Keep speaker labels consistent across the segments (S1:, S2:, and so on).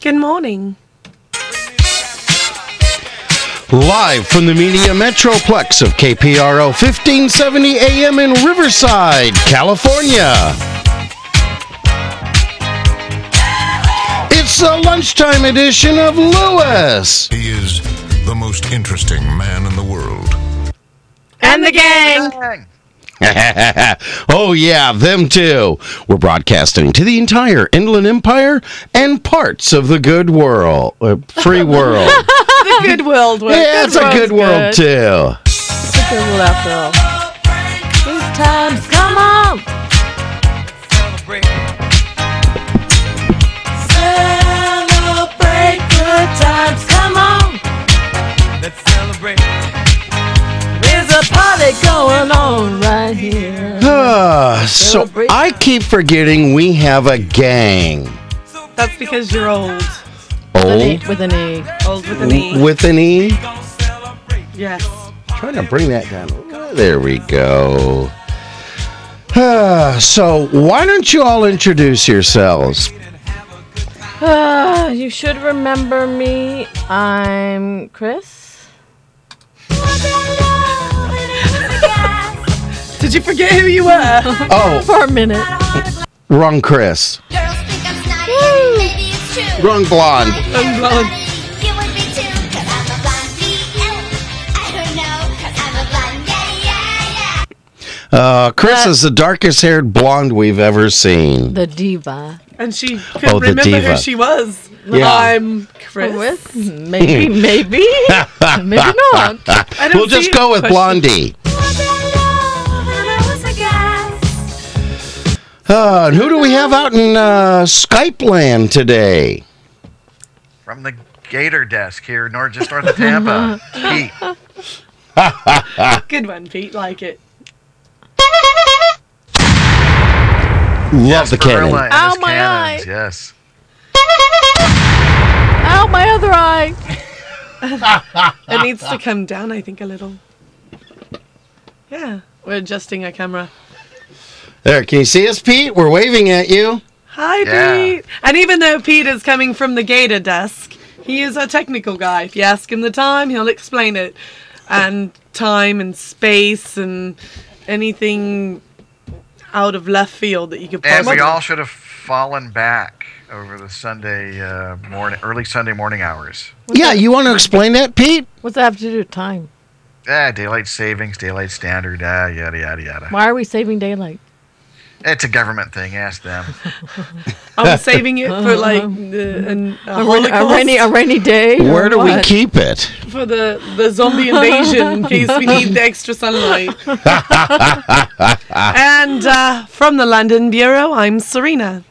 S1: Good morning.
S2: Live from the Media Metroplex of KPRO 1570 AM in Riverside, California. It's the lunchtime edition of Lewis.
S3: He is the most interesting man in the world.
S1: And the gang.
S2: oh, yeah, them too. We're broadcasting to the entire Inland Empire and parts of the good world, uh, free world.
S1: The good world. one.
S2: yeah, it's a
S1: world's
S2: good world, too.
S1: It's a good world after all. These times, come on.
S4: Celebrate good times, come on.
S5: Let's celebrate.
S4: There's a party going on right here.
S2: Ah, so I keep forgetting we have a gang. Oh,
S1: That's because you're old.
S2: Old
S4: With an E.
S1: Old with an E.
S2: with an E.
S5: Gonna celebrate.
S1: Yes.
S2: Trying to bring that down. Ah, There we go. Ah, so why don't you all introduce yourselves?
S4: Uh, you should remember me. I'm Chris.
S1: Did you forget who you were?
S2: Oh,
S4: For a minute.
S2: wrong Chris. Wrong blonde.
S1: I'm blonde.
S6: You would be too, cause I'm a blonde BL. I don't know, cause I'm a blonde, yeah, yeah, yeah.
S2: Uh, Chris is the darkest haired blonde we've ever seen.
S4: The diva.
S1: And she couldn't
S2: Oh, the
S1: remember who
S2: diva.
S1: she was.
S2: Yeah.
S1: I'm Chris.
S4: With? Maybe, maybe. maybe not.
S1: I don't
S2: We'll
S1: see
S2: just go with
S1: question.
S2: Blondie. Uh, and who do we have out in uh, Skype land today?
S7: from the Gator desk here, north just north of Tampa. Pete,
S1: Good one, Pete. Like it.
S2: Love the
S7: Gorilla
S2: cannon.
S7: and
S4: Ow,
S7: his
S4: Oh, my
S7: cannons,
S4: eye.
S7: Yes.
S4: Ow, my other eye.
S2: Ah,
S1: It needs to come down, I think, a little. Yeah. We're adjusting our camera.
S2: There, can you see us, Pete? We're waving at you.
S1: Hi,
S7: Yeah.
S1: Pete. And even though Pete is coming from the Gator desk, he is our technical guy. If you ask him the time, he'll explain it. And time and space and anything out of left field that you could
S7: And
S1: possibly.
S7: we all should have fallen back over the Sunday uh, morning, early Sunday morning hours.
S2: Yeah, you want to explain that, Pete?
S4: What's that have to do with time?
S7: Ah, daylight savings, daylight standard, ah, yada yada yada.
S4: Why are we saving daylight?
S7: It's a government thing. Ask them.
S1: I'm saving it for like the, an, a
S4: A, rain- a
S1: holocaust
S4: rainy, a rainy day. or
S2: Where do we
S4: what?
S2: keep it?
S1: for the, the zombie invasion in case we need the extra sunlight. and uh, from the London Bureau, I'm Serena.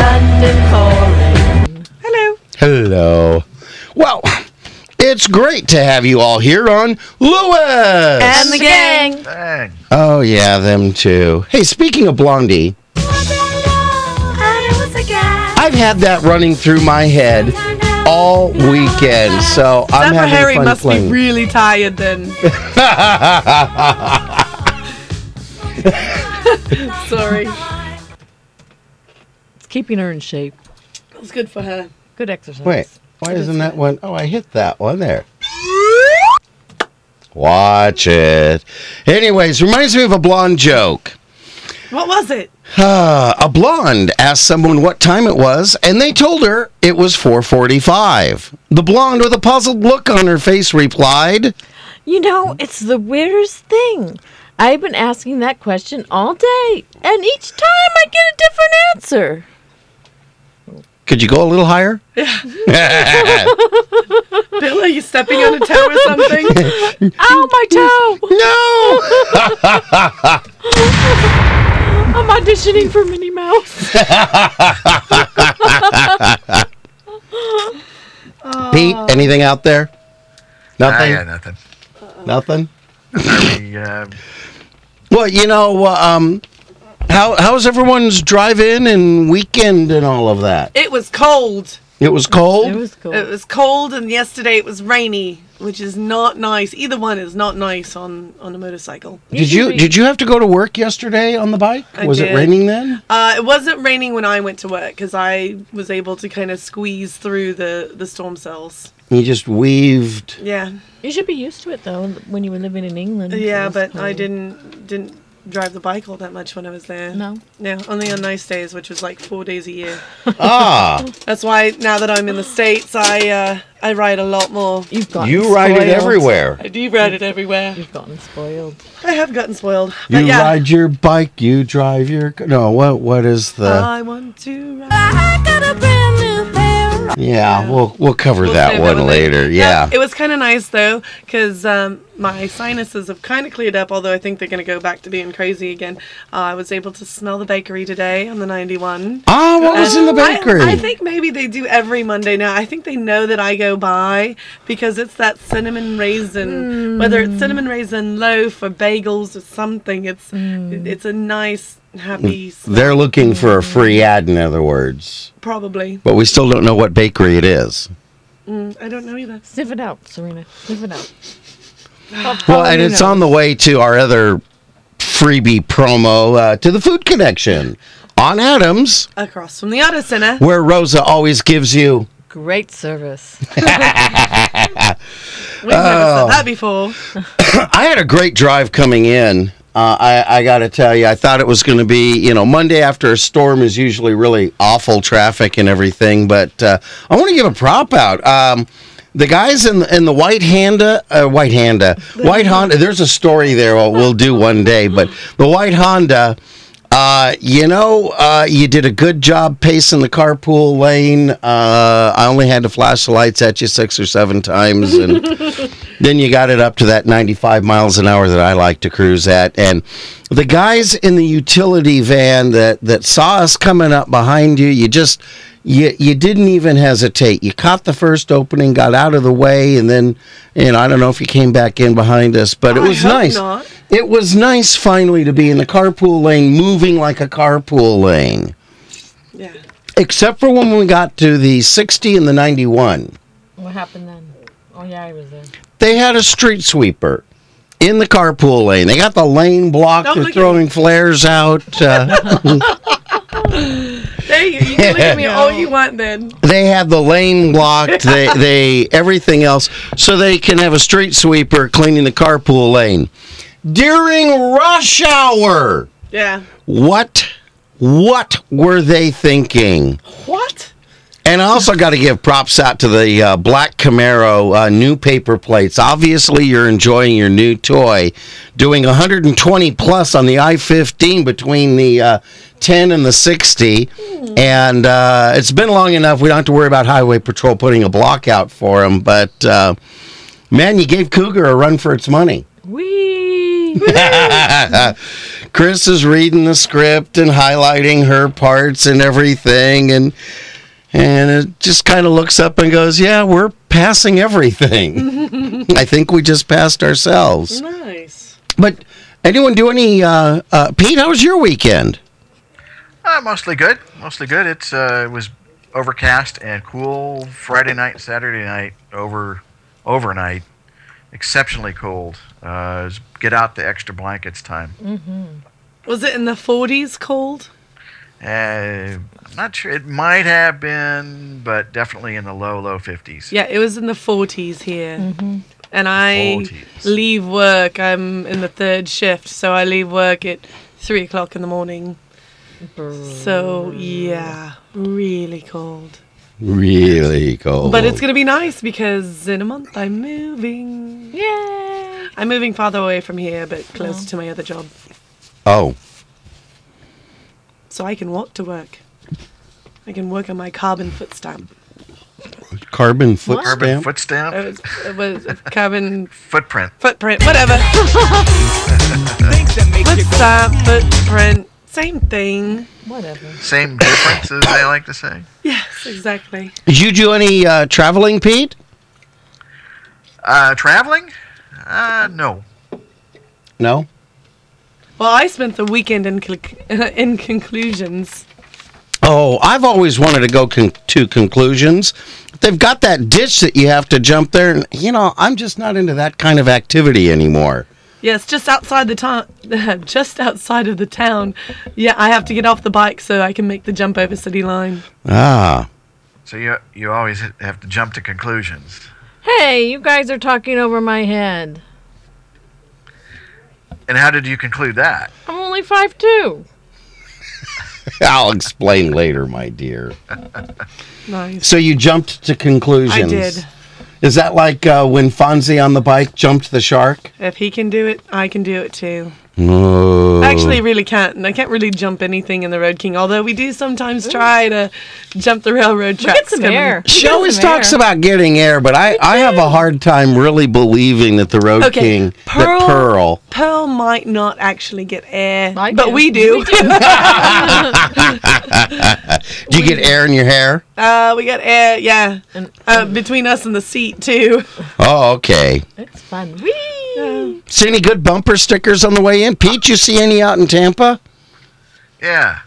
S4: London calling.
S1: Hello.
S2: Hello. Well, it's great to have you all here on Lewis.
S4: And the gang.
S7: Dang.
S2: oh yeah, them too. Hey, speaking of Blondie, I've had that running through my head all weekend, so I'm
S1: Dapper
S2: having
S1: Harry
S2: fun
S1: must
S2: playing.
S1: be really tired then. Sorry.
S4: It's keeping her in shape.
S1: It's good for her.
S4: Good exercise.
S2: Wait, why isn't that one? Oh, I hit that one there. Watch it. Anyways, reminds me of a blonde joke.
S1: What was it?
S2: Uh, a blonde asked someone what time it was, and they told her it was 4:45. The blonde, with a puzzled look on her face, replied,
S4: You know, it's the weirdest thing. I've been asking that question all day, and each time I get a different answer.
S2: "Could you go a little higher?"
S1: Bill, are you stepping on a toe or something?
S4: Ow, my toe!
S2: no.
S4: I'm auditioning for Minnie Mouse.
S2: Pete,
S4: Oh.
S2: anything out there?
S7: I
S2: Nothing.
S7: got nothing.
S2: Nothing.
S7: We, uh,
S2: Well, you know, uh, um, how how's everyone's drive-in and weekend and all of that?
S1: it was cold.
S2: It was cold.
S4: It was cool.
S1: It was cold, and yesterday it was rainy. which is not nice. Either one is not nice on on a motorcycle.
S2: Did
S4: can
S2: you
S4: be-
S2: did you have to go to work yesterday on the bike?
S1: I
S2: was it
S1: did.
S2: raining then?
S1: Uh, it wasn't raining when I went to work because I was able to kind of squeeze through the the storm cells.
S2: You just weaved.
S1: Yeah,
S4: You should be used to it though when you were living in England.
S1: yeah,
S4: It was
S1: but I
S4: cold.
S1: didn't didn't drive the bike all that much when I was there.
S4: No.
S1: no, only on nice days, which was like four days a year.
S2: Ah,
S1: That's why now that I'm in the states, I uh, I ride a lot more.
S4: You've gotten
S2: you ride it
S4: spoiled.
S2: everywhere.
S1: I do ride it everywhere.
S4: You've gotten spoiled.
S1: I have gotten spoiled,
S2: You
S1: but yeah,
S2: ride your bike. You drive your. No, what what is the?
S1: I want to ride.
S2: yeah, we'll we'll cover
S1: We'll
S2: that
S1: save
S2: one later. Yeah.
S1: It was kind of nice though, because um, my sinuses have kind of cleared up, although I think they're going to go back to being crazy again. Uh, I was able to smell the bakery today on the 91.
S2: Ah, what was in the
S1: Um, Uh, I-
S2: bakery?
S1: I, think maybe they do every Monday now. I think they know that I go by because it's that cinnamon raisin, whether it's
S2: Mm.
S1: cinnamon raisin loaf or bagels or something. It's
S2: Mm.
S1: it's a nice, happy, s-
S2: They're looking for a free ad, in other words,
S1: probably.
S2: but we still don't know what bakery it is.
S1: Mm, I don't know either.
S4: Sniff it out, Serena. Sniff it out.
S2: Well, and it's on the way to our other freebie promo uh, to the Food Connection on Adams,
S1: Across from the Auto Center.
S2: where Rosa always gives you.
S4: Great service.
S1: We've never said that before.
S2: I had a great drive coming in. Uh, I, I got to tell you, I thought it was going to be, you know, Monday after a storm is usually really awful traffic and everything. But uh, I want to give a prop out. Um, the guys in in the white Honda, uh, white Honda, white Honda. There's a story there. We'll, we'll do one day, but the white Honda. Uh, you know, uh, you did a good job pacing the carpool lane. Uh, I only had to flash the lights at you six or seven times, and then you got it up to that 95 miles an hour that I like to cruise at. And the guys in the utility van that, that saw us coming up behind you, you just, you, you didn't even hesitate. You caught the first opening, got out of the way, and then, you know, I don't know if you came back in behind us, but it
S1: I
S2: was
S1: hope
S2: nice.
S1: not.
S2: It was nice finally to be in the carpool lane, moving like a carpool lane,
S1: Yeah.
S2: except for when we got to the 60 and the 91.
S4: what happened then? Oh yeah, I was there.
S2: they had a street sweeper in the carpool lane. They got the lane blocked.
S1: Don't
S2: They're
S1: look at
S2: throwing flares out. Uh,
S1: There you, you can look at me all you want then.
S2: they have the lane blocked. They, they everything else, so they can have a street sweeper cleaning the carpool lane during rush hour.
S1: Yeah.
S2: What? What were they thinking?
S1: What?
S2: And I also got to give props out to the uh, black Camaro uh, new paper plates. Obviously, you're enjoying your new toy, doing 120 plus on the i15 between the uh, 10 and the 60. And uh, it's been long enough. We don't have to worry about Highway Patrol putting a block out for them. But uh, man, you gave Cougar a run for its money.
S4: Wee.
S2: Chris is reading the script and highlighting her parts and everything, and and it just kind of looks up and goes, "Yeah, we're passing everything. I think we just passed ourselves."
S1: Nice.
S2: But anyone do any? Uh, uh, Pete, how was your weekend?
S7: Uh, mostly good. Mostly good. It's uh, it was overcast and cool Friday night, Saturday night, over overnight. Exceptionally cold. Uh, it was get out the extra blankets time.
S1: Was it in the 40s cold?
S7: Uh, I'm not sure. It might have been, but definitely in the low low fifties.
S1: Yeah, it was in the 40s here. And I
S7: 40s.
S1: leave work. I'm in the third shift, so I leave work at three o'clock in the morning. So yeah, really cold.
S2: Really cold.
S1: But it's gonna be nice because in a month I'm moving.
S4: Yay.
S1: I'm moving farther away from here, but closer to my other job,
S2: oh,
S1: so I can walk to work. I can work on my carbon foot stamp.
S2: carbon foot
S7: Carbon
S2: stamp.
S7: foot stamp,
S1: It was, it was carbon
S7: footprint.
S1: footprint, whatever. foot stamp, footprint, same thing.
S4: Whatever.
S7: Same difference as they like to say.
S1: Yes, exactly.
S2: Did you do any uh, traveling, Pete?
S7: Uh, traveling? Uh, no.
S2: No.
S1: Well, I spent the weekend in, conc- in conclusions.
S2: Oh, I've always wanted to go con- to conclusions. They've got that ditch that you have to jump there, and you know I'm just not into that kind of activity anymore.
S1: Yes, just outside the town, just outside of the town. Yeah, I have to get off the bike so I can make the jump over city line.
S2: Ah,
S7: So you you always have to jump to conclusions.
S4: Hey, you guys are talking over my head.
S7: And how did you conclude that?
S4: I'm only five two.
S2: I'll explain later, my dear.
S1: Nice.
S2: So you jumped to conclusions.
S1: I did.
S2: Is that like uh, when Fonzie on the bike jumped the shark?
S1: If he can do it, I can do it too.
S2: Oh.
S1: I actually really can't, and I can't really jump anything in the Road King. Although we do sometimes try to jump the railroad tracks.
S4: Get some
S1: coming-
S4: air.
S2: She
S4: Get
S2: always
S4: some
S2: talks
S4: air.
S2: about getting air, but I, I have a hard time really believing that the Road
S1: Okay,
S2: King, that
S1: Pearl-
S2: Pearl.
S1: Pearl might not actually get air,
S4: I
S1: but
S4: do.
S1: we do.
S4: We
S2: Do you get air in your hair?
S1: uh, we got air, yeah, uh, between us and the seat too.
S2: Oh, okay.
S4: It's fun. Whee!
S2: See any good bumper stickers on the way in? Pete, you see any out in Tampa?
S7: Yeah.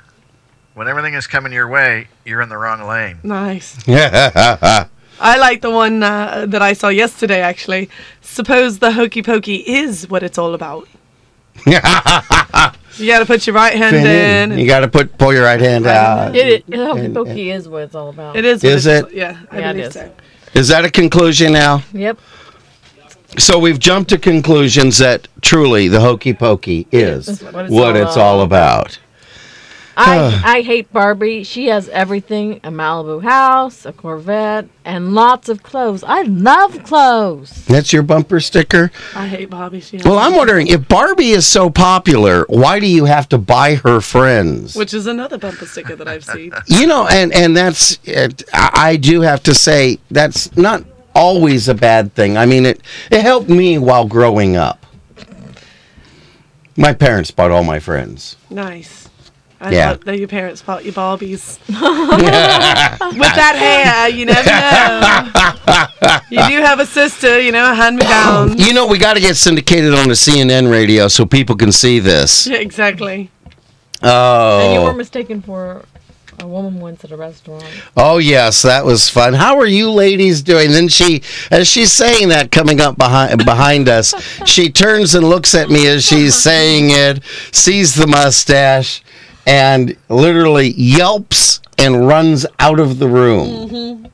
S7: When everything is coming your way, you're in the wrong lane.
S1: Nice.
S2: Yeah.
S1: I like the one uh, that I saw yesterday. Actually, suppose the hokey pokey is what it's all about. You got to put your right hand in. and-
S2: you got to put pull your right hand out.
S4: Get it? Hokey pokey is what it's all about.
S1: it is. What
S2: Is
S1: it's-
S2: it?
S1: Yeah, I
S4: Yeah, it
S1: believe
S4: is.
S1: so.
S2: Is that a conclusion now?
S4: Yep.
S2: So we've jumped to conclusions that truly the hokey pokey is
S4: That's
S2: what it's, all about.
S4: I I hate Barbie. She has everything: a Malibu house, a Corvette, and lots of clothes. I love clothes.
S2: That's your bumper sticker.
S1: I hate Bobby. She
S2: Well, I'm wondering if Barbie is so popular, why do you have to buy her friends?
S1: which is another bumper sticker that I've seen.
S2: you know, and and that's it, I I do have to say that's not always a bad thing. I mean, it it helped me while growing up. My parents bought all my friends.
S1: Nice. I
S2: Yeah.
S1: thought that your parents bought you Barbies. With that hair, uh, you never know. You do have a sister, you know, a hand me down.
S2: You know, we got to get syndicated on the CNN radio so people can see this.
S1: Yeah, exactly.
S4: And you were
S2: Oh,
S4: mistaken for a woman once at a restaurant.
S2: oh yes, that was fun. How are you ladies doing? Then she, as she's saying that, coming up behind behind us, she turns and looks at me as she's saying it, sees the mustache, and literally yelps and runs out of the room.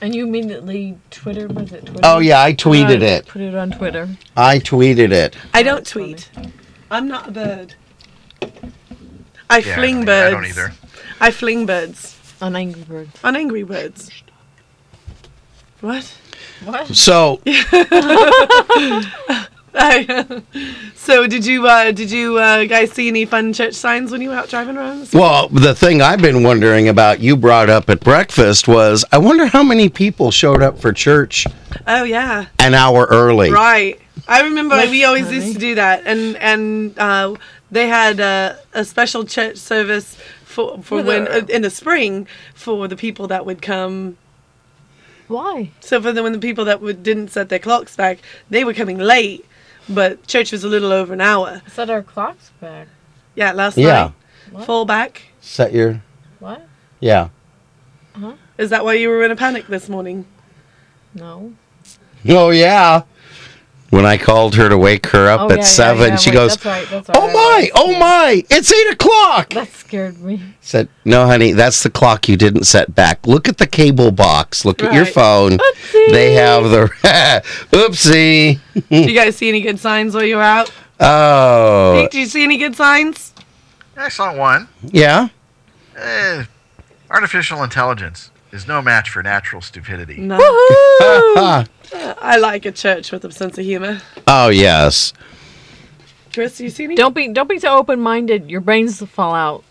S4: And you immediately Twitter was it? Twitter?
S2: Oh yeah, I tweeted
S4: Uh,
S2: it.
S4: Put it on Twitter.
S2: I tweeted it.
S1: I don't tweet. I'm not a bird. I
S7: Yeah,
S1: fling
S7: I don't,
S1: birds.
S7: I don't either.
S1: I fling birds
S4: On Angry Birds.
S1: on Angry Birds. What?
S2: So
S1: so did you uh, did you uh, guys see any fun church signs when you were out driving around? this-
S2: Well, the thing I've been wondering about you brought up at breakfast was I wonder how many people showed up for church
S1: Oh yeah.
S2: an hour early.
S1: Right. I remember we always
S4: funny.
S1: used to do that, and and uh, they had uh, a special church service for for
S4: With
S1: when
S4: a-
S1: uh, in the spring for the people that would come.
S4: Why?
S1: So for the when the people that would didn't set their clocks back, they were coming late, but church was a little over an hour.
S4: Set our clocks back.
S1: Yeah, last
S2: Yeah.
S1: night.
S4: What?
S1: Fall back.
S2: Set your
S4: What?
S2: yeah.
S1: Is that why you were in a panic this morning?
S4: No.
S2: Oh yeah. When I called her to wake her up
S4: Oh,
S2: at
S4: yeah, yeah,
S2: seven,
S4: yeah,
S2: she
S4: wait,
S2: goes,
S4: That's right, that's right,
S2: "Oh
S4: I
S2: my,
S4: was-
S2: oh my, it's eight o'clock."
S4: That scared me.
S2: Said, "No, honey, that's the clock you didn't set back. Look at the cable box. Look at your
S1: Right.
S2: phone. They have the oopsie.
S1: Did you guys see any good signs while you were out?
S2: Oh,
S1: Pete, did you see any good signs?
S7: I saw one.
S2: yeah."
S7: Eh, artificial intelligence is no match for natural stupidity.
S1: No.
S2: Ah.
S1: I like a church with a sense of humor.
S2: Oh yes.
S1: Chris, you see any?
S4: Don't be don't be so open minded. Your brains will fall out.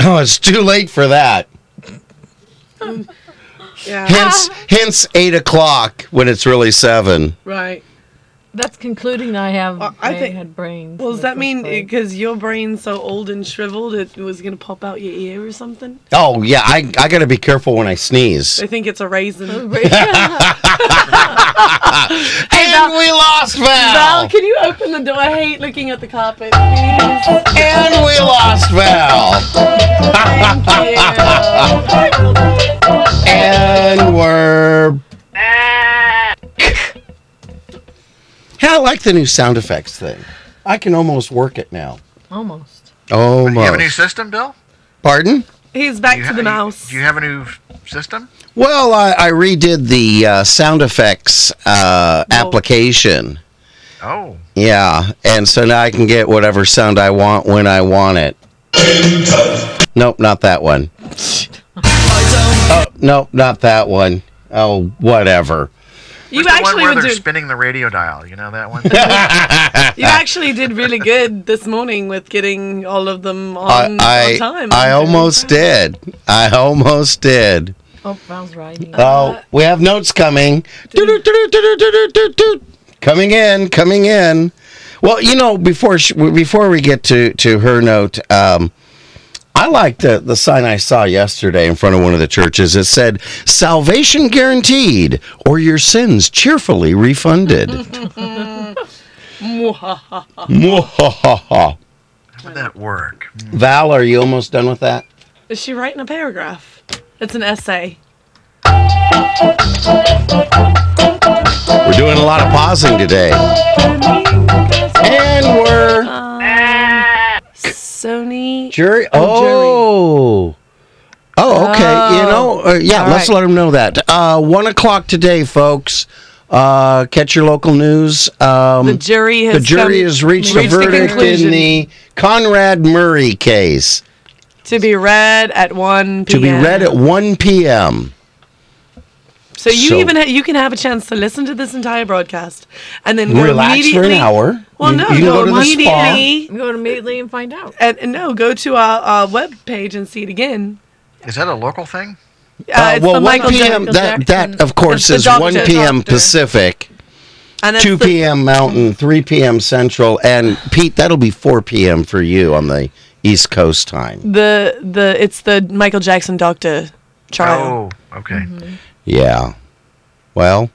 S2: Oh, it's too late for that.
S4: Ah.
S1: Yeah.
S2: Hence, hence eight o'clock when it's really seven.
S1: Right.
S4: That's concluding I have
S1: Uh, I
S4: I,
S1: think-
S4: had brains.
S1: Well,
S4: in
S1: does
S4: the
S1: that
S4: first
S1: mean
S4: place.
S1: because your brain's so old and shriveled it was going to pop out your ear or something?
S2: Oh yeah, I I gotta be careful when I sneeze.
S1: I think it's a
S4: Oh.
S1: raisin.
S2: And we lost Val.
S1: Val, can you open the door? I hate looking at the carpet. Please.
S2: And we lost Val.
S1: Thank you.
S2: And we're. Hey, I like the new sound effects thing. I can almost work it now.
S4: Almost.
S2: Oh
S7: You have a new
S2: my!
S7: system, Bill?
S2: Pardon?
S1: He's back
S7: You
S1: to
S7: ha-
S1: the
S7: you-
S1: mouse.
S7: Do you have a new f- system?
S2: Well, I, I redid the uh, sound effects uh, application.
S7: Oh,
S2: Yeah, and so now I can get whatever sound I want when I want it. Nope, not that one. Oh, nope, not that one. Oh, whatever.
S1: You
S7: Where's the one
S1: actually
S7: where
S1: were
S7: they're
S1: doing,
S7: spinning the radio dial. You know that one.
S1: you actually did really good this morning with getting all of them on, on
S2: I
S1: Mm, time.
S2: I, I almost did. I almost did.
S4: Oh, Val's riding.
S2: Oh, we have notes coming. Doo-doo-doo-doo-doo-doo-doo-doo. Coming in, coming in. Well, you know, before sh- before we get to to her note, um, I like the the sign I saw yesterday in front of one of the churches. It said "Salvation guaranteed, or your sins cheerfully refunded." Mwahaha.
S7: How would that work?
S2: Val, are you almost done with that?
S1: Is she writing a paragraph? It's an essay.
S2: We're doing a lot of pausing today. And we're.
S1: Sony.
S2: Jury. Oh. Oh, okay. You know, uh, yeah.
S1: All
S2: Let's
S1: right.
S2: let them know that. Uh, one o'clock today, folks. Uh, catch your local news. Um,
S1: The jury has
S2: the jury
S1: come-
S2: has reached,
S1: um, reached
S2: a
S1: a
S2: verdict in
S1: conclusion.
S2: the Conrad Murray case
S1: to be read at one.
S2: to be
S1: PM.
S2: read at 1 p.m.
S1: So you
S2: So-
S1: even ha- you can have a chance to listen to this entire broadcast and then go
S2: Relax for an
S1: immediately-
S2: hour.
S1: Well,
S2: You-
S1: no,
S2: you can
S1: go,
S2: go to the spa.
S1: immediately uh,
S4: I'm going immediately and find out.
S1: and, and no, go to our, our web page and see it again.
S7: Is that a local thing?
S1: Uh,
S2: Uh,
S1: it's
S2: well,
S1: the
S2: 1
S1: Michael
S2: p.m.
S1: Jackson-
S2: That, that, of course,
S1: the
S2: is
S1: doctor.
S2: 1 p.m.
S1: Doctor.
S2: Pacific,
S1: and it's
S2: 2
S1: the-
S2: p.m. Mountain, 3 p.m. Central, and Pete, that'll be 4 p.m. for you on the East Coast time.
S1: The the it's the Michael Jackson Doctor trial.
S7: Oh, okay.
S1: Mm-hmm.
S2: Yeah. Well,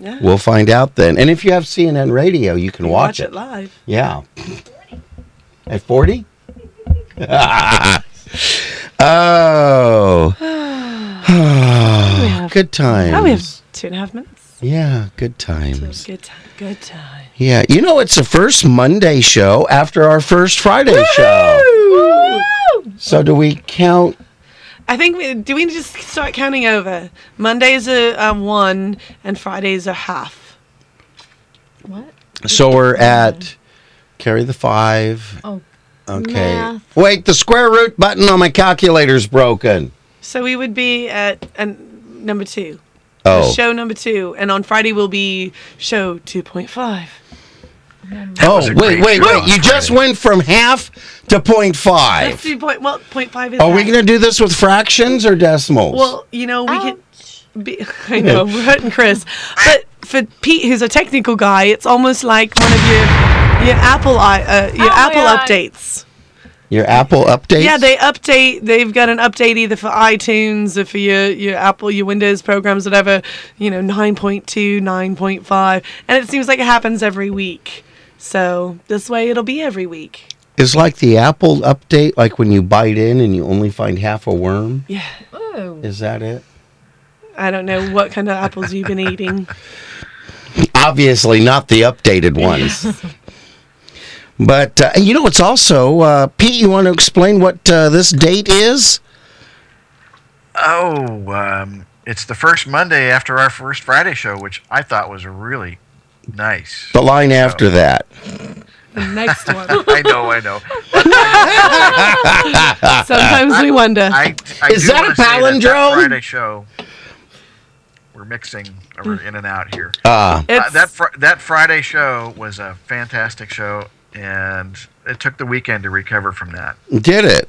S1: Yeah.
S2: we'll find out then. And if you have CNN radio, you can watch, it.
S1: live.
S2: Yeah. At 40? oh. good times.
S1: Now we have two and a half minutes.
S2: yeah, good times.
S1: Good time. Good time.
S2: Yeah. You know, it's the first Monday show after our first Friday show. So do we count?
S1: I think we do. We just start counting over. Mondays are um, one, and Fridays are half.
S4: What?
S2: So we're at carry the five.
S4: Oh.
S2: Okay.
S4: Math.
S2: Wait, the square root button on my calculator's broken.
S1: So we would be at an, number two.
S2: Oh.
S1: Show number two, and on Friday will be show two point five.
S2: Oh,
S7: was a
S2: wait,
S7: great
S2: wait,
S7: show
S2: wait.
S7: on
S2: You just
S7: Friday.
S2: went from half to point
S1: Let's
S2: five.
S1: do point. Well, point five is.
S2: Are we
S1: half.
S2: going to do this with fractions or decimals?
S1: Well, you know, we can.
S4: Ouch.
S1: Be, I know we're hurting Chris, but for Pete, who's a technical guy, it's almost like one of your your Apple i- uh, your
S4: Ow, my
S1: Apple
S4: eye.
S1: updates.
S2: Your Apple updates?
S1: Yeah, they update. They've got an update either for iTunes or for your your Apple, your Windows programs, whatever. You know, 9.2, 9.5, and it seems like it happens every week. So this way, it'll be every week.
S2: Is like the Apple update, like when you bite in and you only find half a worm?
S1: Yeah,
S4: Ooh.
S2: Is that it?
S1: I don't know what kind of apples you've been eating.
S2: Obviously, not the updated ones. But uh, you know, it's also uh, Pete. You want to explain what uh, this date is?
S7: Oh, um, it's the first Monday after our first Friday show, which I thought was really nice.
S2: The line after that.
S1: The next one.
S7: I know, I know.
S1: Sometimes we wonder.
S7: I, I
S2: Is
S7: do
S2: that a
S7: wanna say that
S2: palindrome?
S7: that Friday show. We're mixing, we're in and out here.
S2: Ah,
S7: Uh,
S1: It's-
S7: that fr- that Friday show was a fantastic show, and it took the weekend to recover from that.
S2: did it.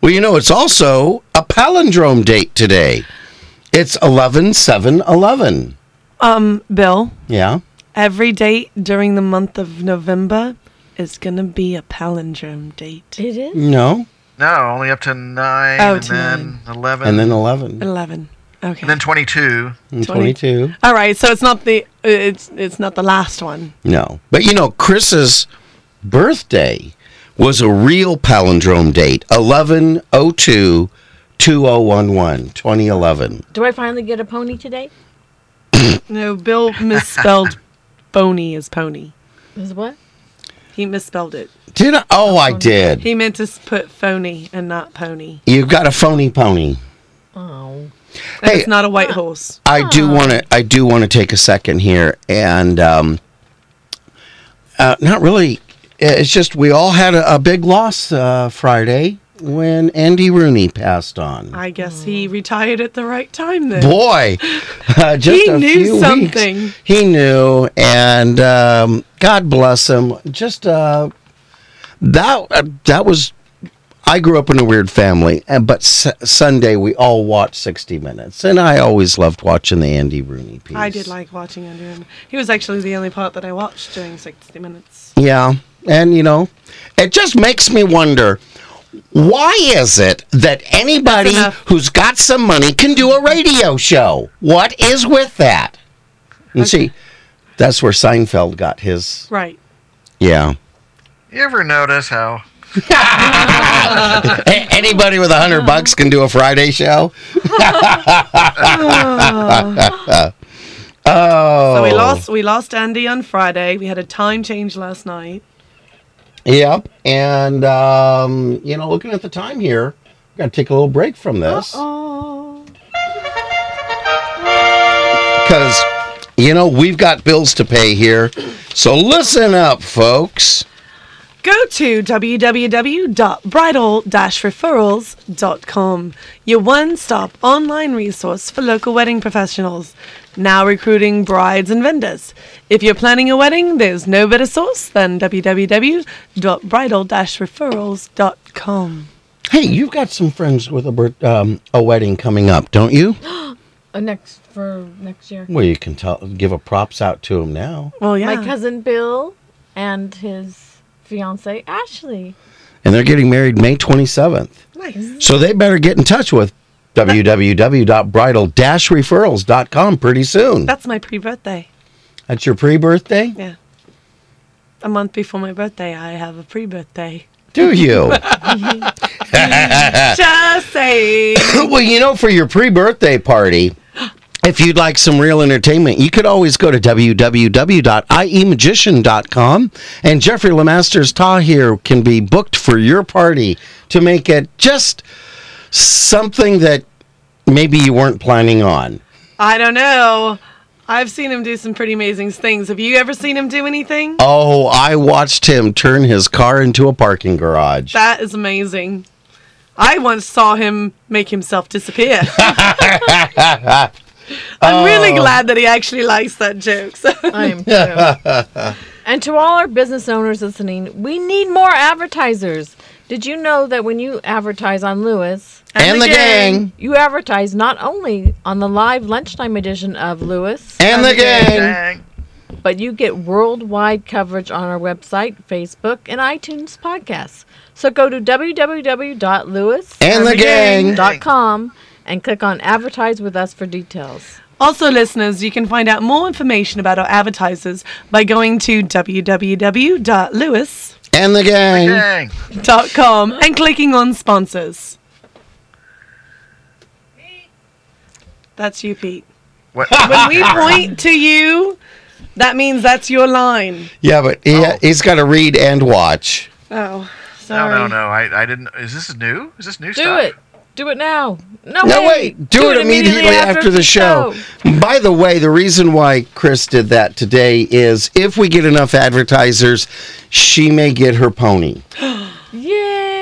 S2: Well, you know, it's also a palindrome date today. It's 11 7 11.
S1: um, Bill.
S2: Yeah.
S1: Every date during the month of November is gonna be a palindrome date.
S4: It is?
S2: No.
S7: No, only up to nine,
S1: Oh,
S7: and
S1: to
S7: then eleven,
S2: And then 11.
S1: Eleven. Okay.
S7: and then twenty-two.
S2: And
S1: 20.
S2: 22.
S1: All right. So it's not the it's it's not the last one.
S2: No. But you know, Chris's oh birthday was a real palindrome date 11 02 2011, 2011.
S4: Do I finally get a pony today?
S1: No, Bill misspelled bony as pony.
S4: Is what?
S1: He misspelled it.
S2: Did I? Oh, I did.
S1: He meant to s- put phony and not pony.
S2: You've got a phony pony.
S4: Oh.
S1: And
S2: Hey.
S1: it's not a white horse.
S2: I do want to. I do want to take a second here, and um, uh, not really. It's just we all had a, a big loss uh, Friday when Andy Rooney passed on.
S1: I guess he retired at the right time then.
S2: Boy, uh, just
S1: He
S2: a
S1: knew
S2: few weeks,
S1: something.
S2: he knew, and um, God bless him. Just uh, that uh, that was. I grew up in a weird family, and but S- Sunday we all watched 60 Minutes, and I always loved watching the Andy Rooney piece.
S1: I did like watching under him. He was actually the only part that I watched during 60 Minutes.
S2: Yeah. And, you know, it just makes me wonder why is it that anybody
S1: That's enough.
S2: who's got some money can do a radio show? What is with that? And see, that's where Seinfeld got his.
S1: Right.
S2: Yeah.
S7: You ever notice how
S2: A- anybody with a
S1: Oh.
S2: hundred bucks can do a Friday show. oh.
S1: So we lost we lost Andy on Friday. We had a time change last night.
S2: Yep. And, um, you know, looking at the time here, we're going to take a little break from this.
S1: Oh.
S2: because you know we've got bills to pay here so listen up folks
S1: Go to www.bridal-referrals.com, your one-stop online resource for local wedding professionals, now recruiting brides and vendors. If you're planning a wedding, there's no better source than www.bridal-referrals.com.
S2: hey you've got some friends with a bir- um, a wedding coming up don't you
S4: Uh, next for next year.
S2: well you can tell give a props out to them now
S1: Well, yeah.
S4: My cousin Bill and his fiance Ashley.
S2: and they're getting married may 27th
S1: Nice.
S2: so they better get in touch with www.bridal-referrals.com pretty soon
S1: That's my pre-birthday.
S2: that's your pre-birthday
S1: Yeah. A month before my birthday, I have a pre-birthday.
S2: do you
S1: Just saying.
S2: well, you know, for your pre-birthday party, if you'd like some real entertainment, you could always go to e www.iemagician.com and Jeffrey Lemaster's Ta here can be booked for your party to make it just something that maybe you weren't planning on.
S1: I don't know. I've seen him do some pretty amazing things. Have you ever seen him do anything?
S2: Oh, I watched him turn his car into a parking garage.
S1: That is amazing. I once saw him make himself disappear. I'm really glad that he actually likes that joke. So
S4: I am too. and to all our business owners listening, we need more advertisers. Did you know that when you advertise on Lewis,
S2: And, the gang.
S4: you advertise not only on the live lunchtime edition of Lewis,
S2: And the gang.
S7: dang
S4: but you get worldwide coverage on our website, Facebook, and iTunes podcasts. So go to
S2: And the gang.
S4: www.lewis.com and click on Advertise with Us for details.
S1: Also, listeners, you can find out more information about our advertisers by going to www.lewis.com
S2: And the gang.
S7: dang?
S1: and clicking on sponsors. That's you, Pete.
S7: What?
S1: When we point to you, that means that's your line.
S2: Yeah, but he,
S7: Oh.
S2: he's got to read and watch.
S1: Oh,
S7: No,
S1: sorry.
S7: no, no. I, I didn't. Is this new? Is this new
S4: Do
S7: stuff?
S4: it. Do it now. No,
S2: No,
S4: way.
S2: wait. Do, it, immediately, after, the show. By the way, the reason why Chris did that today is if we get enough advertisers, she may get her pony.
S4: Yay!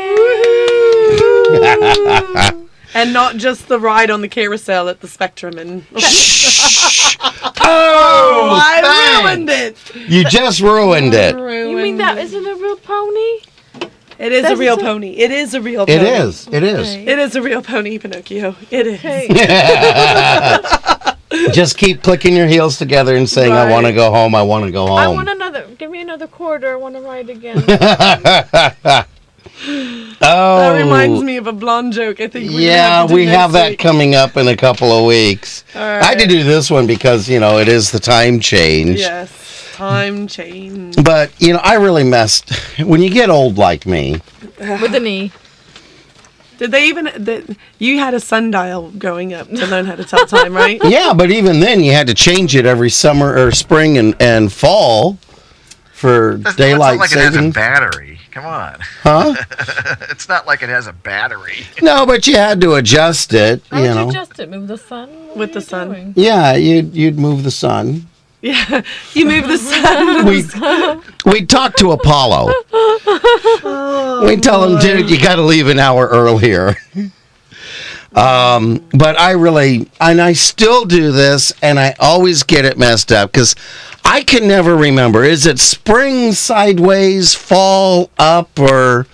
S1: And not just the ride on the carousel at the Spectrum. And
S2: Shh. Oh,
S1: I
S2: thanks.
S1: ruined it.
S2: You just ruined it.
S4: you mean that isn't a real pony?
S1: It is a
S4: That's
S1: real
S4: so-
S1: pony. It is a real.
S2: It
S1: pony.
S2: is. It is.
S1: It is a real pony, Pinocchio. It is.
S2: Just keep clicking your heels together and saying, I
S1: Right.
S2: want to go home. I want to go
S4: I
S2: home.
S4: want another. Give me another quarter. I want to ride again.
S2: oh,
S1: That reminds me of a blonde joke. I think. We
S2: Yeah,
S1: have to do
S2: we
S1: next
S2: have that
S1: week.
S2: coming up in a couple of weeks.
S1: All
S2: I had to
S1: right.
S2: do this one because, you know, it is the time change.
S1: Yes. Time change.
S2: But
S4: E.
S2: you know, I really messed. When you get old like me,
S4: With a knee.
S1: Did they even? Did, you had a sundial growing up to learn how to tell time, right?
S2: Yeah, but even then, you had to change it every summer or spring and, and fall for
S7: That's- that's
S2: daylight
S7: not like it has a
S2: saving.
S7: battery. Come on.
S2: Huh?
S7: it's not like it has a battery.
S2: No, but you had to adjust it.
S4: How
S2: you
S4: would
S2: know.
S4: you adjust it? Move the sun? What
S1: With
S4: are
S1: the
S4: you
S1: sun.
S4: doing?
S2: yeah, you'd you'd move the sun.
S1: Yeah, you move the sun.
S2: We we talk to Apollo. we tell him, dude, you got to leave an hour earlier. um, but I really, and I still do this, and I always get it messed up because I can never remember. Is it spring sideways, fall up, or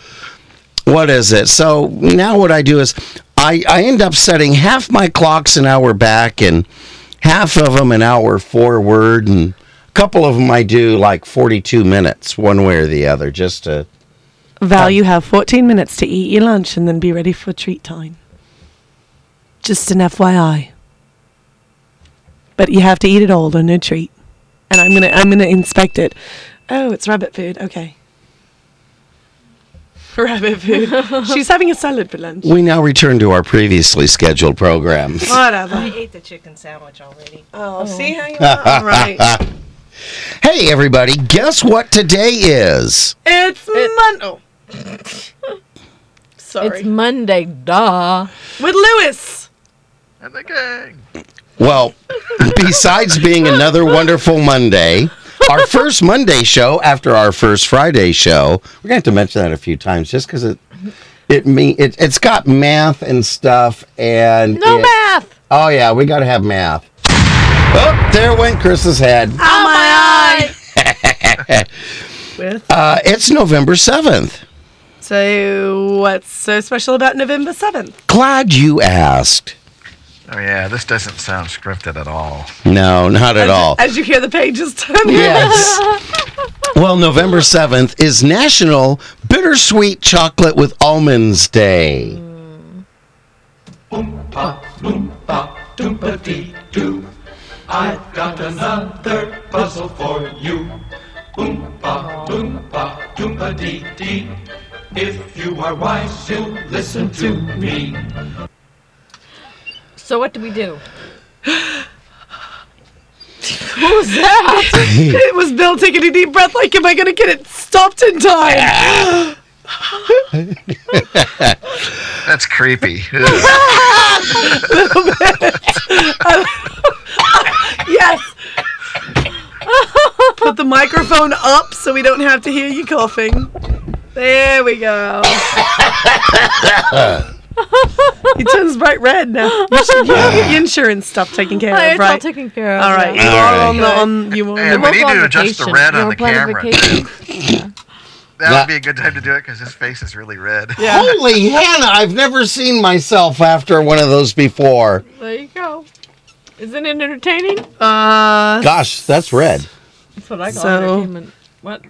S2: what is it? So now what I do is I, I end up setting half my clocks an hour back and half of them an hour forward and a couple of them I do like 42 minutes one way or the other just to
S1: Val, you have 14 minutes to eat your lunch and then be ready for treat time. Just an FYI. But you have to eat it all or no treat. And I'm gonna I'm gonna inspect it. Oh, it's rabbit food. Okay. Rabbit food. She's having a salad for lunch.
S2: we now return to our previously scheduled programs.
S1: Whatever.
S8: I ate the chicken sandwich already.
S1: Oh, see how you are. All right.
S2: Hey everybody, guess what today is?
S1: It's Mon. Oh. Sorry.
S4: It's Monday, duh.
S1: With Lewis.
S7: And the gang.
S2: Well, besides being another wonderful Monday, our first Monday show after our first Friday show, we're going to have to mention that a few times just because it it me it, it's got math and stuff and
S4: No
S2: it-
S4: math.
S2: Oh yeah, we got to have math. Oh, there went Chris's head.
S4: Ah.
S1: Oh my eye. With
S2: Uh, it's November seventh.
S1: So, what's so special about November 7th?
S2: Glad you asked.
S7: Oh yeah, this doesn't sound scripted at all.
S2: No, not at
S1: as,
S2: all.
S1: As you hear the pages turning.
S2: Yes. Well, November 7th is National Bittersweet Chocolate with Almonds Day.
S4: So what do we do? what was that?
S1: It was Bill taking a deep breath, like, am I going to get it stopped in time?
S7: That's creepy.
S1: Yes. Put the microphone up so we don't have to hear you coughing. There we go. he turns bright red now. You should you have your insurance stuff taken care
S4: it's
S1: of, right?
S4: all taken care of.
S1: all right, you
S4: yeah.
S1: are
S2: right.
S1: on the on you are
S7: And
S1: on
S7: we
S1: the
S7: need
S4: We're
S7: to
S4: on
S7: adjust the
S4: vacation.
S7: red on
S4: We're
S7: the
S4: planning
S7: camera.
S4: vacation.
S7: That
S2: Yeah.
S7: would be a good time to do it because his face is really red.
S1: yeah.
S2: Holy Hannah, I've never seen myself after one of those before.
S4: there you go. Isn't it entertaining?
S1: Uh,
S2: Gosh, that's red.
S4: That's what I call
S1: So-
S4: entertainment. What?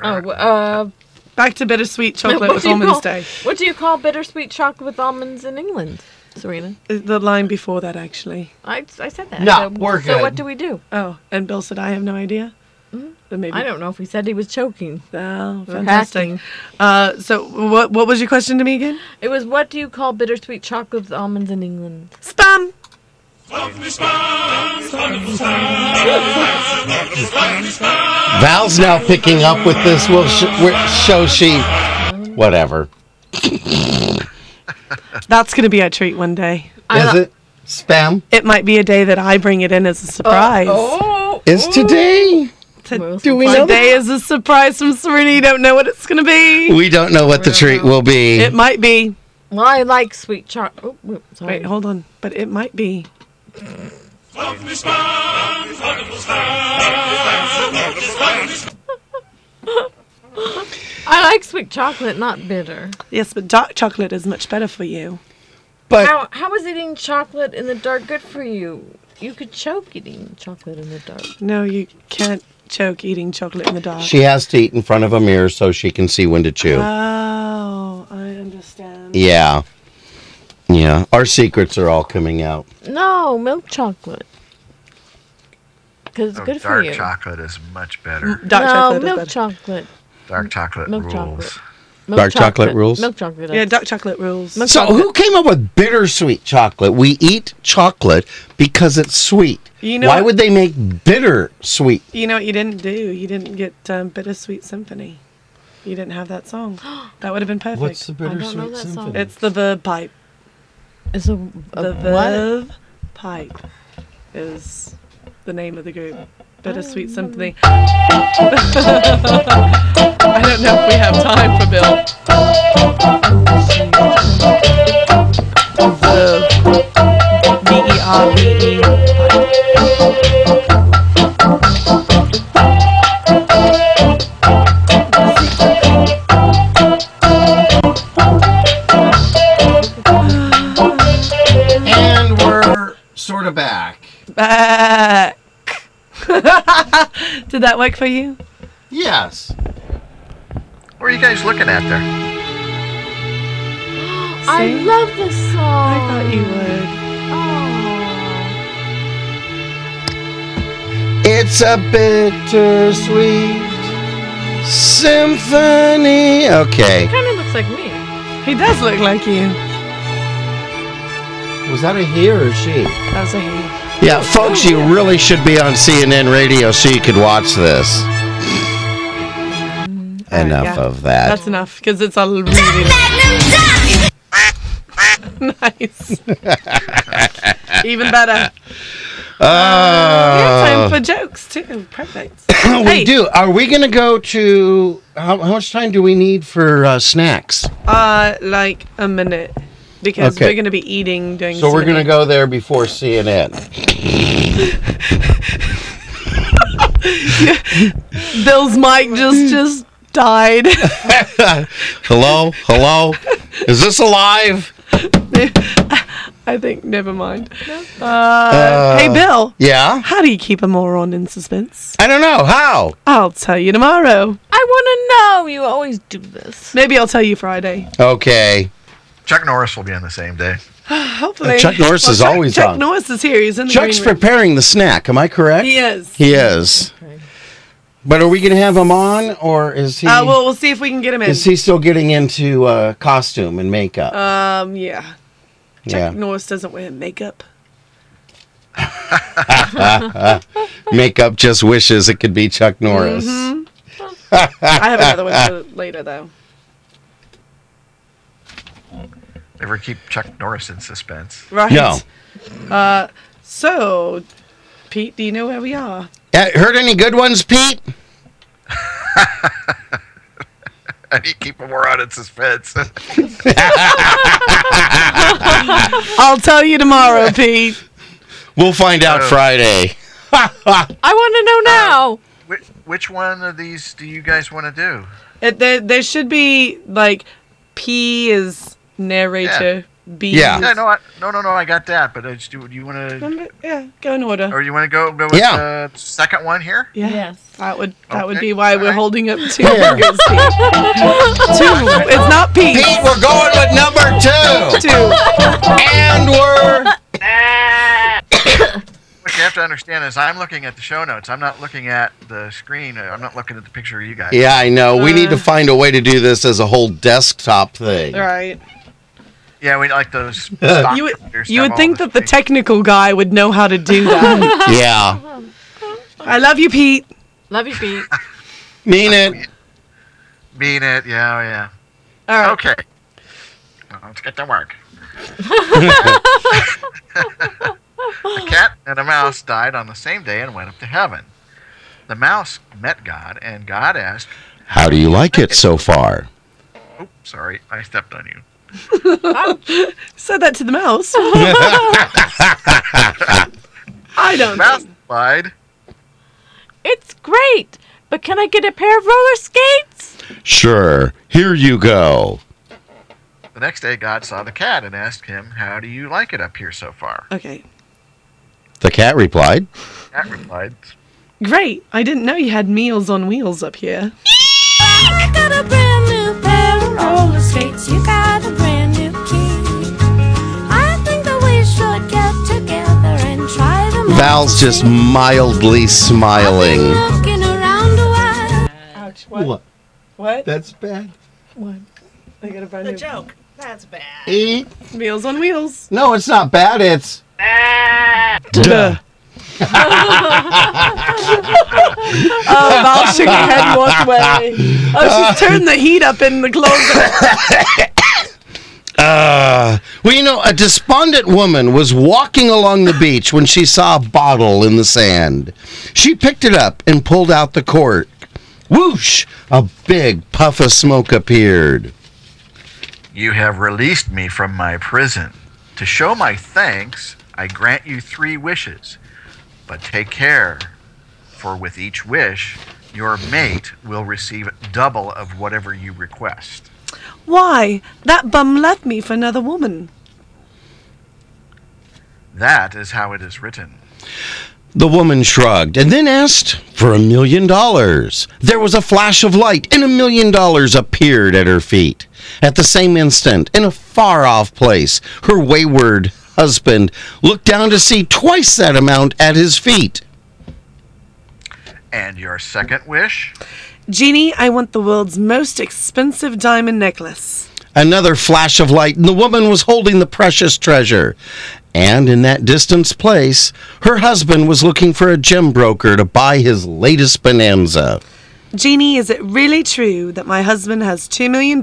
S4: Oh, w- uh,
S1: back to bittersweet chocolate
S4: what
S1: with
S4: do you
S1: almonds
S4: call-
S1: day.
S4: What do you call bittersweet chocolate with almonds in England, Serena?
S1: The line before that, actually.
S4: I, I said that.
S2: No,
S4: so,
S2: we're
S4: So
S2: good.
S4: what do we do?
S1: Oh, and Bill said, I have no idea. Then maybe.
S4: Mm-hmm. I don't know if he said he was choking.
S1: Oh,
S4: We're
S1: fantastic.
S4: hacking.
S1: Uh, so, what what was your question to me again?
S4: It was what do you call bittersweet chocolate with almonds in England?
S1: Spam.
S2: Val's now picking up with this. We'll sh- we'll show she. Whatever.
S1: That's going to be our treat one day.
S2: Is it? Spam?
S1: It might be a day that I bring it in as a surprise.
S4: Oh,
S2: Is today?
S1: To-
S2: Do we know?
S1: Today is a surprise from Serena. You don't know what it's going to be.
S2: We don't know what the treat will be.
S1: It might be.
S4: well, I like sweet chocolate. Oh, wait, sorry.
S1: Wait, hold on. But it might be.
S4: I like sweet chocolate, not bitter.
S1: Yes, but dark chocolate is much better for you.
S2: But
S4: How how is eating chocolate in the dark good for you? You could choke eating chocolate in the dark.
S1: No, you can't choke eating chocolate in the dark.
S2: she has to eat in front of a mirror so she can see when to chew.
S1: Uh-huh. oh, I understand.
S2: Yeah. Yeah. Our secrets are all coming out.
S4: No, milk chocolate. Because it's
S7: Oh,
S4: good for
S7: dark
S4: you.
S7: chocolate is much better.
S1: Dark
S4: no,
S1: chocolate is
S4: milk
S1: better.
S4: chocolate.
S7: Dark chocolate
S4: Milk
S7: rules.
S4: chocolate. Milk
S2: Dark chocolate rules?
S4: Milk chocolate.
S1: Yeah, dark chocolate rules.
S4: Milk
S2: So,
S4: chocolate.
S2: who came up with bittersweet chocolate? We eat chocolate because it's sweet.
S1: You know
S2: Why
S1: what-
S2: would they make bittersweet?
S1: You know what you didn't do? You didn't get um, Bittersweet Symphony. You didn't have that song. That would have been perfect.
S4: bittersweet know that song.
S1: it's the verb pipe.
S4: It's a, a
S1: The
S4: what?
S1: verb pipe is the name of the group. Bittersweet Symphony. I don't know if we have time for Bill. The E V-E-R-V-E pipe.
S2: And we're sort of back.
S1: back. Did that work for you?
S2: Yes.
S7: What are you guys looking at there?
S4: I
S1: See?
S4: love this song.
S1: I thought you would.
S4: Oh.
S2: It's a bittersweet symphony. Okay.
S4: Kind of looks like me.
S1: He does look like you.
S2: Was that a he or she?
S1: That was a he.
S2: Yeah, folks, you really should be on CNN radio so you could watch this.
S1: Mm,
S2: Enough
S1: yeah.
S2: of that.
S1: That's enough because it's a really
S6: Magnum Duck!
S1: nice. Even better. We
S2: Uh,
S1: have time for jokes too. Perfect.
S2: we
S1: Hey,
S2: do. Are we going to go to. How, how much time do we need for uh, snacks?
S1: Uh, like a minute because
S2: Okay.
S1: we're gonna be eating during.
S2: So we're going to
S1: cinema.
S2: go there before CNN.
S1: Bill's mic just just died.
S2: Hello? Hello? Is this alive?
S1: I think. Never mind. uh, hey, Bill.
S2: Yeah?
S1: How do you keep a moron in suspense?
S2: I don't know. How?
S1: I'll tell you tomorrow.
S4: I want to know. You always do this.
S1: Maybe I'll tell you Friday.
S2: Okay.
S7: Chuck Norris will be on the same day.
S1: Hopefully.
S2: Chuck Norris is always
S1: Chuck
S2: on.
S1: Norris is here. He's in the
S2: Chuck's
S1: green room.
S2: preparing the snack. Am I correct?
S1: He is.
S2: He is. But are we going to have him on, or is he?
S1: Uh, well, we'll see if we can get him in.
S2: is he still getting into uh, costume and makeup?
S1: um, yeah.
S2: yeah,
S1: Chuck Norris doesn't wear makeup.
S2: makeup just wishes it could be Chuck Norris.
S1: Mm-hmm.
S2: Ah,
S1: I have another one for later, though.
S7: Ever keep Chuck Norris in suspense?
S1: Right. Uh,
S2: No,
S1: So, Pete, do you know where we are?
S2: Uh, heard any good ones, Pete?
S7: How do you keep a moron in suspense?
S1: I'll tell you tomorrow, Pete.
S2: We'll find out
S7: Uh,
S2: Friday.
S4: I want to know now.
S7: which, which one of these do you guys want to do?
S1: It, Uh, there, there should be, like, P is narrator, B
S2: Yeah.
S1: is-
S7: Yeah, no, I, no, no, no. I got that, but I just, do you want to,
S1: Remember? Yeah, go in order.
S7: or you want to go go with
S2: Yeah.
S7: the second one here?
S1: Yeah.
S4: Yes.
S1: That would that would
S7: Okay,
S1: be why we're
S7: alright.
S1: holding up two
S2: Here.
S1: fingers. Pete. two. It's not Pete.
S2: Pete, we're going with number two,
S1: Two.
S2: and we're
S7: What you have to understand is I'm looking at the show notes. I'm not looking at the screen. I'm not looking at the picture of you guys.
S2: yeah. I know. We need to find a way to do this as a whole desktop thing.
S1: Right.
S7: Yeah, we like those. stock
S1: You would
S7: computers
S1: you
S7: have
S1: would
S7: all
S1: think
S7: this
S1: that the
S7: thing.
S1: technical guy would know how to do that.
S2: Uh-huh. Yeah,
S1: I love you, Pete.
S4: Love you, Pete.
S2: mean it.
S7: mean it. Yeah, oh, yeah.
S1: All right.
S7: Okay. Well, Let's get to work. a cat and a mouse died on the same day and went up to heaven. The mouse met God, and God asked,
S2: How do you like it so far?
S7: "Oh, sorry, I stepped on you."
S1: Said that to the mouse. I don't.
S7: Mouse
S1: Know.
S7: replied,
S4: it's great, but can I get a pair of roller skates?
S2: Sure. Here you go.
S7: "The next day, God saw the cat and asked him, "How do you like it up here so far?"
S1: Okay.
S2: The cat replied.
S7: The cat replied,
S1: Great. I didn't know you had meals on wheels up here.
S6: I got a brand new pair of roller skates. You got a brand new key. I think that we should get together and try them out
S2: Val's
S6: to
S2: just
S6: see.
S2: mildly
S6: Been
S2: smiling.
S6: Looking around a while.
S1: What?
S2: That's bad.
S1: What? I got a brand
S8: The
S1: new
S8: joke. That's bad.
S2: E?
S1: Meals on Wheels.
S2: No, it's not bad. It's
S1: Duh. oh, Val shook her head and walked away. Oh, she's turned the heat up in the closet.
S2: Uh, Well, you know, a despondent woman was walking along the beach when she saw a bottle in the sand. She picked it up and pulled out the cork. Whoosh! A big puff of smoke appeared.
S7: You have released me from my prison. To show my thanks, I grant you three wishes. But take care, for with each wish, your mate will receive double of whatever you request.
S1: Why? That bum left me for another woman.
S7: That is how it is written.
S2: The woman shrugged and then asked for a million dollars. There was a flash of light, and a million dollars appeared at her feet. At the same instant, in a far off place, her wayward husband looked down to see twice that amount at his feet.
S7: And your second wish?
S1: Jeannie, I want the world's most expensive diamond necklace.
S2: Another flash of light, and the woman was holding the precious treasure. And in that distant place, her husband was looking for a gem broker to buy his latest bonanza.
S1: Jeannie, is it really true that my husband has $2 million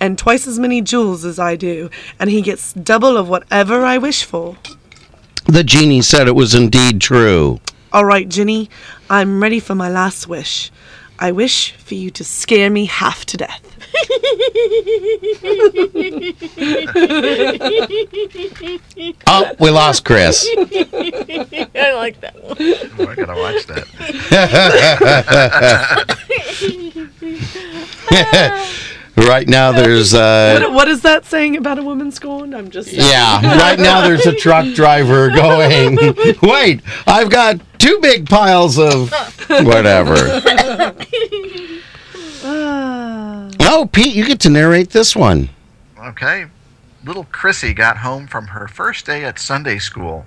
S1: and twice as many jewels as I do, and he gets double of whatever I wish for?
S2: The genie said it was indeed true.
S1: All right, Ginny, I'm ready for my last wish. I wish for you to scare me half to death.
S2: Oh, we lost Chris.
S4: I like that one.
S7: Oh, I gotta watch that.
S2: right now, there's uh,
S1: What, what is that saying about a woman scorned? I'm just
S2: yeah. Right now, there's a truck driver going. Wait, I've got two big piles of whatever. Oh, Pete, you get to narrate this one.
S7: Okay. Little Chrissy got home from her first day at Sunday school.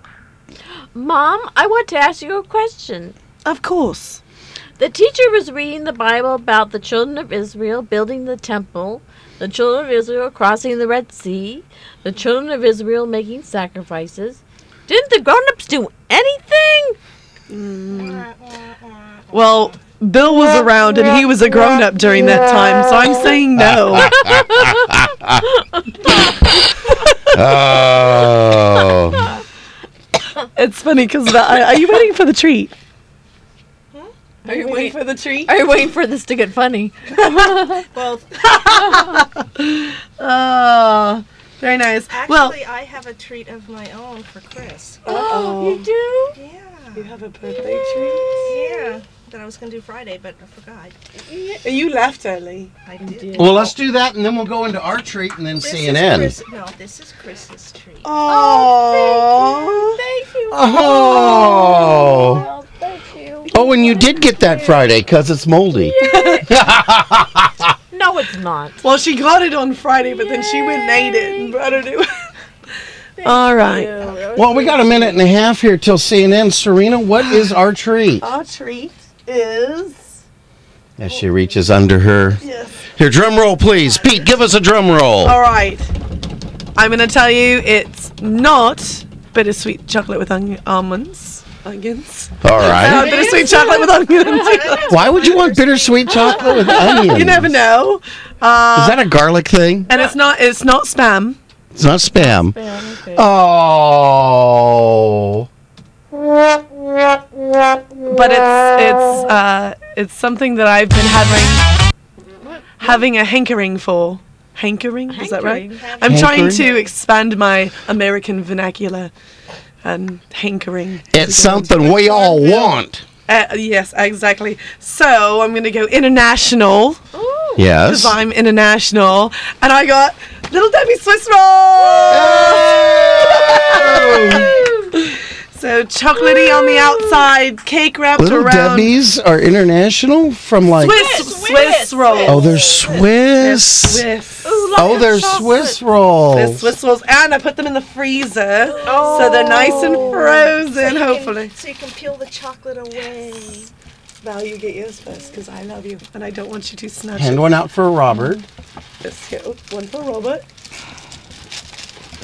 S4: Mom, I want to ask you a question.
S1: Of course.
S4: The teacher was reading the Bible about the children of Israel building the temple, the children of Israel crossing the Red Sea, the children of Israel making sacrifices. Didn't the grown ups do anything?
S1: Well, Bill was around and he was a grown up during that time, so I'm saying no.
S2: Oh.
S1: it's funny because are you waiting for the treat? Are you waiting for the treat?
S4: Are you waiting for this to get funny?
S8: Both.
S1: Oh, very nice.
S8: Actually,
S1: well,
S8: I have a treat of my own for Chris.
S4: Oh, you do?
S8: Yeah.
S1: have a birthday treat.
S8: Yeah. That I was going to do Friday, but I forgot.
S1: You left early.
S8: I did.
S2: Well, let's do that, and then we'll go into our treat, and then
S8: This
S2: CNN.
S8: is Chris, no, this is Chris's treat.
S1: Oh,
S4: Thank you.
S2: Oh.
S4: Oh, thank you.
S2: Oh, and you did get that Friday because it's moldy.
S4: No, it's not.
S1: Well, she got it on Friday, but then she went and ate it and brought it to All right.
S2: Well, we got a minute and a half here till CNN. Serena, what is our treat?
S1: Our treat is.
S2: As she reaches under her.
S1: Yes.
S2: Here, drum roll, please. Pete, give us a drum roll.
S1: All right. I'm going to tell you it's not bittersweet chocolate with onion- almonds. Onions.
S2: All
S1: Uh,
S2: right.
S1: bittersweet chocolate with onions.
S2: Why would you want bittersweet chocolate with onions?
S1: you never know.
S2: Is that a garlic thing?
S1: And it's not it's not spam.
S2: It's not spam. Oh.
S1: but it's it's uh, it's something that I've been having having a hankering for. Hankering, is that right? I'm trying to
S2: Hankering?
S1: expand my American vernacular and hankering.
S2: It's something we all want.
S1: Uh, yes, exactly. So I'm going to go international
S2: Yes.
S1: because I'm international, and I got little Debbie Swiss roll. So chocolatey on the outside, cake wrapped
S2: Little
S1: around
S2: Debbie's are international from like.
S1: Swiss Swiss roll.
S2: Oh, they're Swiss.
S1: Swiss.
S2: Oh, they're Swiss rolls.
S1: They're Swiss rolls, and I put them in the freezer, so they're nice and frozen.
S9: Oh,
S1: hopefully.
S8: So you can peel the chocolate away.
S1: Val, you get yours first because I love you, and I don't want you to snatch
S2: Hand one out for Robert.
S1: biscuit. Oops, one for Robert.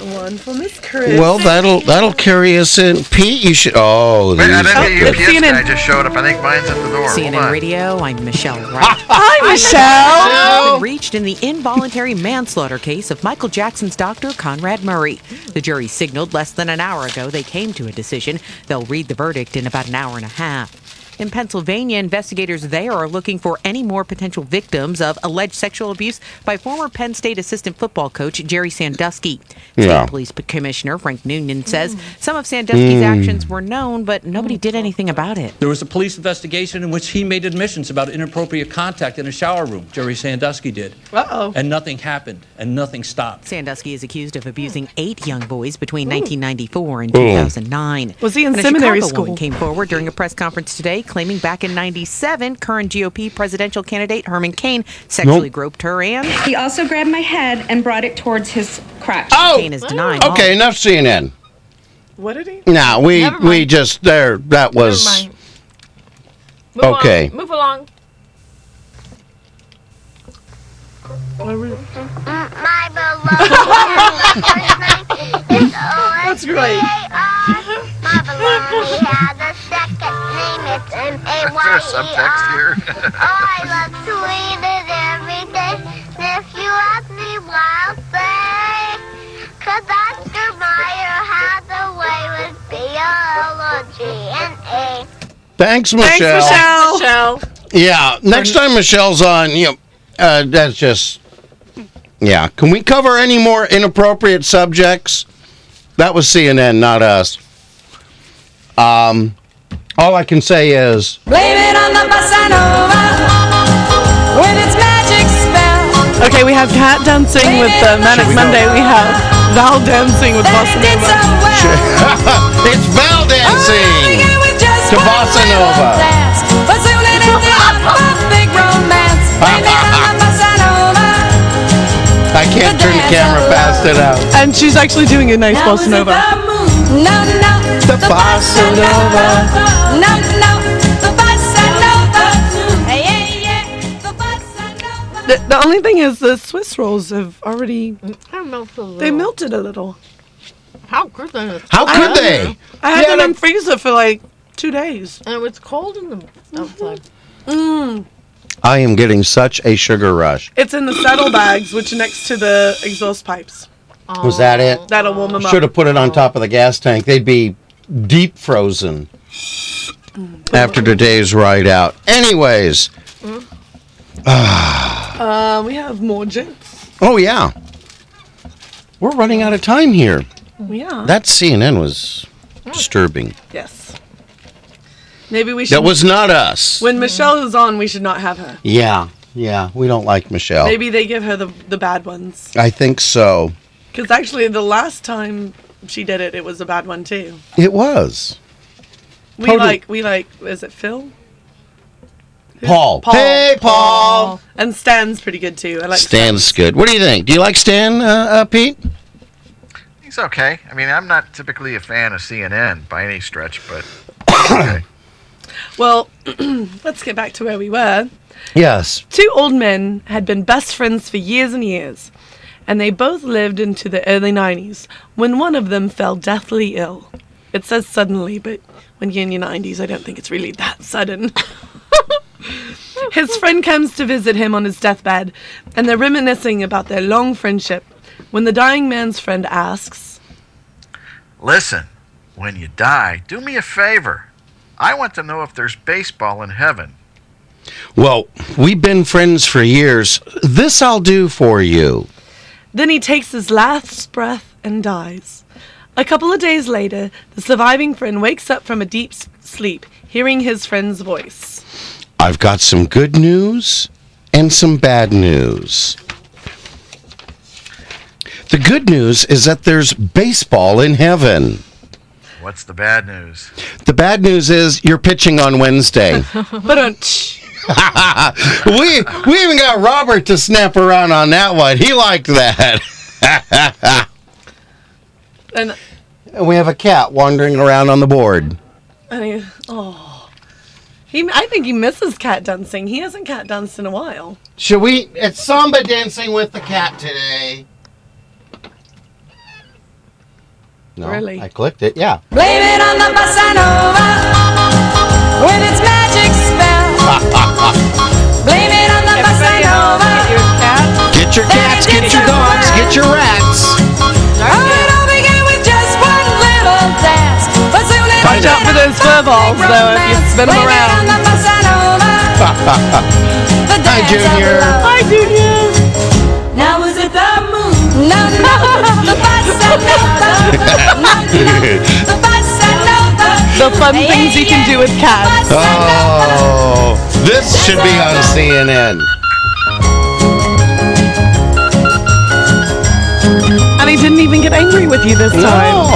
S1: and One for Miss Chris.
S2: Well, that'll that'll carry us in. Pete, you should. Oh,
S7: Wait, I
S2: these-
S1: Oh,
S7: bet the
S1: it's
S7: UPS
S1: CNN.
S7: guy just showed up. I think mine's at the door. Hold
S10: CNN
S7: on.
S10: Radio, I'm Michelle Wright.
S1: Hi, Michelle.
S10: Been reached in the involuntary manslaughter case of Michael Jackson's doctor, Conrad Murray. The jury signaled less than an hour ago they came to a decision. They'll read the verdict in about an hour and a half. In Pennsylvania, investigators there are looking for any more potential victims of alleged sexual abuse by former Penn State assistant football coach Jerry Sandusky. State
S2: Yeah.
S10: Police Commissioner Frank Noonan says some of Sandusky's actions were known, but nobody did anything about it.
S11: There was a police investigation in which he made admissions about inappropriate contact in a shower room. Jerry Sandusky did.
S1: Uh-oh.
S11: And nothing happened, and nothing stopped.
S10: Sandusky is accused of abusing eight young boys between
S5: Hmm.
S10: 1994 and 2009.
S1: Was he in
S10: And a
S1: seminary
S10: Chicago
S1: school?
S10: woman Came forward during a press conference today, claiming back in '97, current GOP presidential candidate Herman Cain sexually
S2: Nope.
S10: groped her, and
S9: He also grabbed my head and brought it towards his crotch.
S10: Cain is denying. all
S2: Oh, Okay, enough CNN.
S1: What did he?
S2: Now we
S4: Never
S2: we
S4: mind.
S2: just there. That was.
S4: Never mind. Move
S2: Okay.
S4: On. Move along.
S1: That's great.
S7: Is there a E subtext here?
S2: Thanks, Michelle.
S1: Thanks, Michelle.
S4: Michelle.
S2: Yeah, next time Michelle's on, you know, uh, that's just. Yeah, can we cover any more inappropriate subjects? That was CNN, not us. Um, all I can say is.
S1: Okay, we have Cat dancing with uh, Manic Monday. We have Val dancing with Bossa Nova.
S2: It's Val dancing to Bossa Nova. I can't turn the camera fast enough.
S1: And she's actually doing a nice Bossa Nova.
S2: The Bossa Nova.
S1: The, the only thing is the Swiss rolls have already,
S4: How melted a little.
S1: they melted a little.
S4: How Uh, good that is.
S2: How could they?
S1: I had
S2: Yeah,
S1: them in
S2: they-
S1: freezer for like two days.
S4: And it was cold in the outside.
S2: I am getting such a sugar rush.
S1: It's in the saddle bags, which are next to the exhaust pipes.
S2: Was that it?
S1: That'll warm them up.
S2: Should have put it on top of the gas tank. They'd be deep frozen after today's ride out. Anyways,
S1: Uh, we have more jinx.
S2: oh yeah, we're running out of time here.
S1: Yeah.
S2: That CNN was disturbing.
S1: yes. Maybe we should.
S2: That was not us.
S1: when Michelle is on, we should not have her.
S2: Yeah, yeah, we don't like Michelle.
S1: Maybe they give her the, the bad ones.
S2: I think so.
S1: Because actually, the last time she did it, it was a bad one too.
S2: It was
S1: We
S2: Totally.
S1: like, we like, is it Phil?
S2: Paul. Hey, Paul.
S1: And Stan's pretty good too. I like
S2: Stan's good. What do you think? Do you like Stan, uh, uh, Pete?
S7: He's okay. I mean, I'm not typically a fan of CNN by any stretch, but okay.
S1: Well, let's get back to where we were.
S2: Yes.
S1: Two old men had been best friends for years and years, and they both lived into the early 90s when one of them fell deathly ill. It says suddenly, but when you're in your 90s, I don't think it's really that sudden. his friend comes to visit him on his deathbed, and they're reminiscing about their long friendship when the dying man's friend asks,
S7: listen, when you die, do me a favor. I want to know if there's baseball in heaven.
S2: Well, we've been friends for years. This I'll do for you.
S1: Then he takes his last breath and dies. A couple of days later, the surviving friend wakes up from a deep s- sleep, hearing his friend's voice.
S2: I've got some good news and some bad news. The good news is that there's baseball in heaven.
S7: What's the bad news?
S2: The bad news is you're pitching on Wednesday.
S1: Ba-dunch.
S2: we we even got Robert to snap around on that one. He liked that.
S1: and
S2: And we have a cat wandering around on the board.
S1: and he, oh, He, I think he misses cat dancing. He hasn't cat danced in a while.
S2: Should we? It's samba dancing with the cat today. No,
S1: Really?
S2: I clicked it. Yeah.
S6: Blame it on the bossa nova with its magic spell. Blame it on the bossa nova. Get your cat.
S2: Get your cats, get your dogs, get your rats.
S6: Oh, it all began with just one little dance. But soon it
S1: Watch out for those fur balls, though, if you spin them around.
S6: the bossa nova. The dance
S2: Junior.
S6: Of
S1: Hi,
S6: love.
S1: Junior.
S6: Now is it the moon? No, no. the bossa nova. No, the bossa nova.
S1: The fun things you can do with cats.
S2: Oh, this should be on CNN.
S1: And he didn't even get angry with you this
S2: Oh.
S1: time.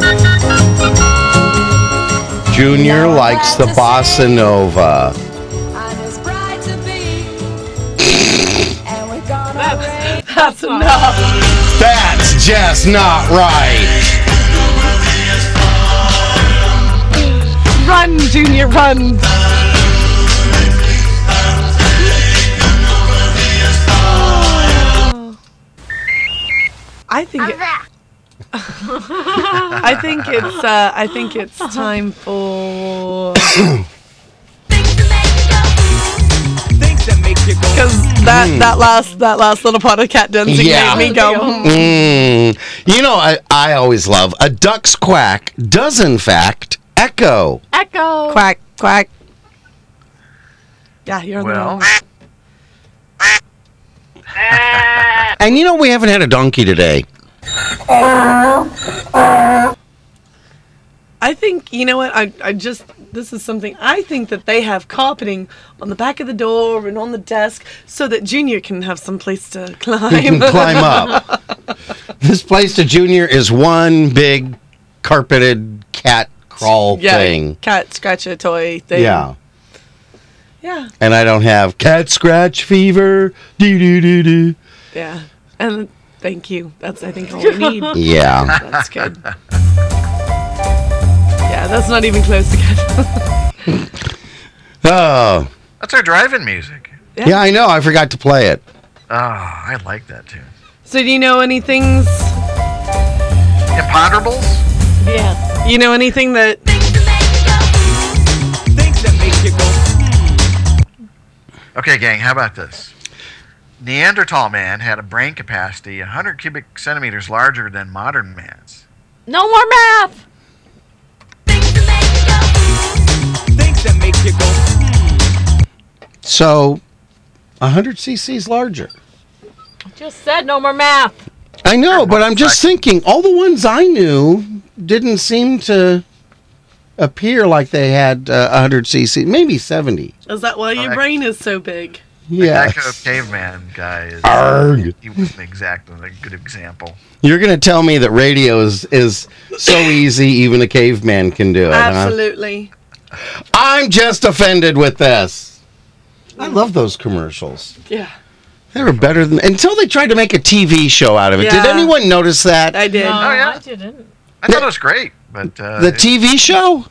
S2: No. Junior likes the bossa nova.
S6: I'm his bride to be. and we're gonna raise
S1: That's enough.
S2: That's just not right.
S1: Run, Junior, run. I think it, I think it's uh, I think it's time for
S6: things to make you go ooh.
S1: because that, that last that last little part of cat dancing
S2: Yeah.
S1: made me go. "Hmm."
S2: Mm. You know, I, I always love a duck's quack does, in fact, echo.
S4: Echo.
S1: Quack, quack. Yeah, you're on the
S7: Well.
S1: wrong.
S2: And you know, we haven't had a donkey today.
S1: I think, you know what? I, I just, this is something, I think that they have carpeting on the back of the door and on the desk so that Junior can have some place to climb.
S2: Climb up. this place to Junior is one big carpeted cat crawl
S1: yeah,
S2: thing.
S1: cat scratcher toy thing.
S2: Yeah.
S1: Yeah,
S2: And I don't have cat scratch fever. Doo doo doo doo.
S1: yeah. And thank you. That's, I think, all we need.
S2: Yeah.
S1: That's good. Yeah, that's not even close to cat.
S2: Oh.
S7: That's our driving music.
S2: Yeah, I know. I forgot to play it.
S7: Ah, I like that tune.
S1: so, do you know any things?
S7: Imponderables.
S4: Yes.
S1: You know anything that
S6: Things to make you go ooh.
S7: Okay, gang, how about this? Neanderthal man had a brain capacity 100 cubic centimeters larger than modern man's.
S4: No more math.
S6: Things to make you go ooh.
S2: So, 100 cc's larger.
S4: Just said no more math.
S2: I know, but I'm just thinking all the ones I knew didn't seem to appear like they had uh, 100 cc, maybe 70.
S1: is that why your
S7: Correct.
S1: brain is so big?
S2: Yeah.
S7: That kind of caveman guy is.
S2: Arrgh.
S7: He wasn't exact a good example.
S2: You're going to tell me that radio is, is so easy, even a caveman can do it. huh?
S1: Absolutely.
S2: I'm just offended with this. I love those commercials.
S1: Yeah.
S2: They were better than until they tried to make a TV show out of it. Did
S1: Yeah.
S2: anyone notice that?
S1: I did.
S4: No,
S7: yeah.
S4: I didn't.
S7: I thought it was great, but uh,
S2: the
S7: it-
S2: TV show?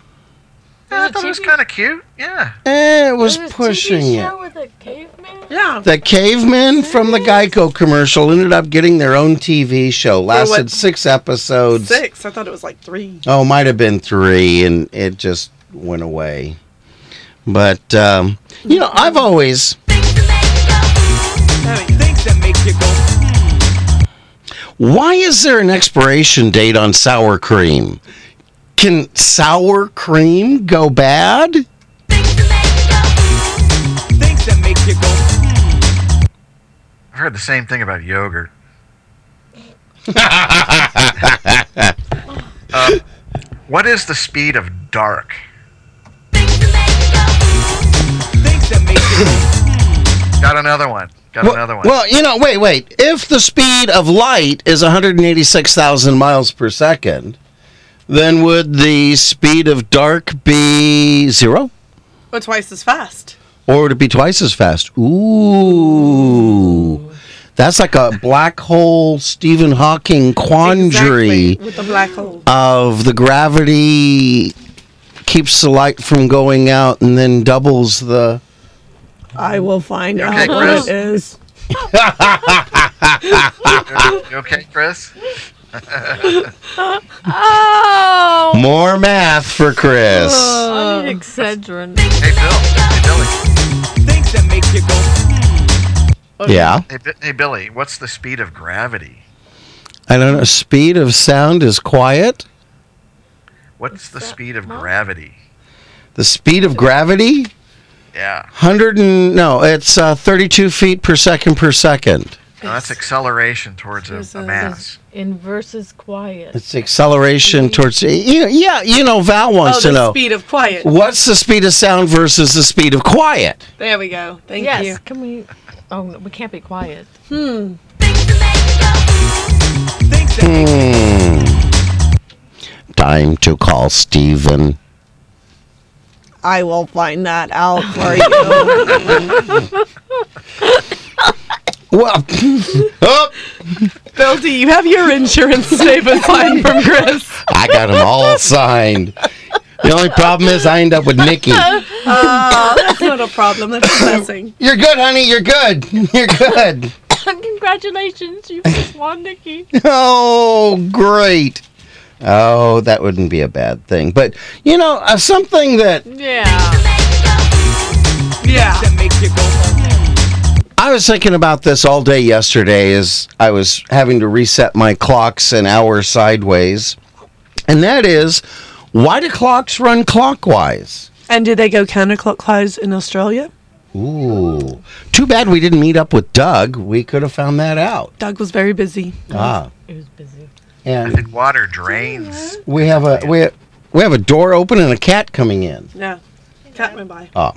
S7: yeah, I thought it was kind of cute. Yeah.
S2: Eh, it was
S4: There was a
S2: pushing
S4: TV
S2: it.
S4: show with a caveman.
S1: Yeah.
S2: The cavemen from the Geico commercial ended up getting their own TV show. Lasted
S1: what?
S2: six episodes.
S1: Six. I thought it was like three.
S2: Oh, might have been three, and it just went away. But um, you know, I've always
S6: Things to make you go ooh.
S2: why is there an expiration date on sour cream? Can sour cream go bad?
S6: Things to make you go ooh.
S5: hmm.
S7: I've heard the same thing about yogurt. Uh, what is the speed of dark?
S6: Things to make you go ooh.
S5: hmm.
S7: Got another one. Got
S2: Well-
S7: another one.
S2: Well, you know, wait, wait. If the speed of light is 186,000 miles per second, then would the speed of dark be zero?
S1: Or twice as fast.
S2: Or would it be twice as fast? Ooh. That's like a black hole Stephen Hawking quandary
S1: Exactly. With the black hole.
S2: of the gravity keeps the light from going out and then doubles the.
S1: I will find
S7: You
S1: out
S2: uh,
S7: okay,
S1: what
S7: Chris?
S1: it is.
S7: You okay, Chris?
S4: Oh!
S2: More math for Chris.
S1: Oh.
S4: I need Excedrin.
S2: Oh,
S7: Hey, Bill. Hey, Billy.
S5: Things that make you go.
S2: Yeah.
S7: Hey, Bi- hey, Billy. What's the speed of gravity?
S2: I don't know. Speed of sound is quiet.
S7: What's the speed of gravity?
S2: The speed of gravity,
S7: Yeah.
S2: hundred and no, it's uh, thirty-two feet per second per second.
S7: No, that's acceleration towards a, a mass.
S4: Inverse is quiet.
S2: It's acceleration towards. Yeah, yeah, you know, Val wants
S1: Mm-hmm. oh,
S2: to
S1: the
S2: know
S1: speed of quiet.
S2: what's the speed of sound versus the speed of quiet.
S1: There we go. Thank
S4: yes,
S1: you.
S4: can we? Oh, no, we can't be quiet.
S1: Hmm.
S2: Time to call Steven.
S1: I will find that out for you.
S2: Well, oh,
S1: Bill, do you have your insurance statement signed from Chris?
S2: I got them all signed. The only problem is I end up with Nikki.
S1: Oh, that's not a problem. That's a blessing.
S2: You're good, honey. You're good. You're good.
S4: Congratulations, you just won, Nikki.
S2: Oh, great. Oh, that wouldn't be a bad thing. But, you know, uh, something that
S4: Yeah.
S1: Yeah.
S2: I was thinking about this all day yesterday as I was having to reset my clocks an hour sideways. And that is why do clocks run clockwise?
S1: And do they go counterclockwise in Australia?
S2: Ooh. Too bad we didn't meet up with Doug. We could have found that out.
S1: Doug was very busy.
S2: Ah.
S4: It was busy.
S7: I
S2: And
S7: think water drains.
S2: we have a we we have a door open and a cat coming in.
S1: Yeah. Cat went by.
S2: Oh.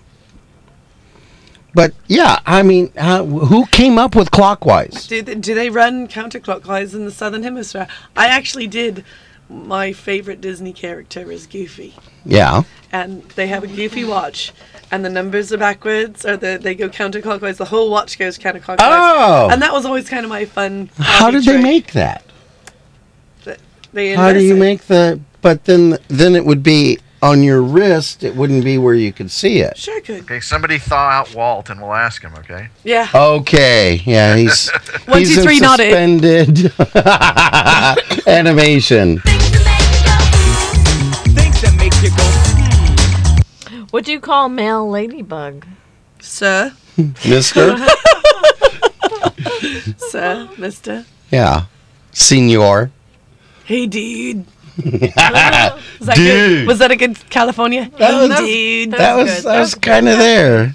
S2: But yeah, I mean, uh, who came up with clockwise?
S1: Do they, do they run counterclockwise in the southern hemisphere? I actually did. My favorite Disney character is Goofy,
S2: Yeah.
S1: and they have a Goofy watch, and the numbers are backwards, or the, they go counterclockwise. The whole watch goes counterclockwise.
S2: Oh.
S1: And that was always kind of my fun.
S2: How
S1: hobby
S2: did they
S1: trick.
S2: make that?
S1: They
S2: How do
S1: inverse
S2: you
S1: it.
S2: make the? But then, then it would be on your wrist. It wouldn't be where you could see it.
S1: Sure could.
S7: Okay, somebody thaw out Walt, and we'll ask him. Okay.
S1: Yeah.
S2: Okay, yeah, he's
S1: One,
S2: he's
S1: two,
S2: in
S1: three, not it.
S2: suspended animation.
S5: Things that make you go.
S4: What do you call male ladybug?
S1: Sir,
S2: Mister,
S1: sir, mister.
S2: yeah,
S1: Oh,
S2: senor.
S1: Hey, dude. Was that good?
S2: Dude.
S1: Was that a good California?
S2: That
S1: hey,
S2: was-
S1: dude.
S2: that was that, was kind of there.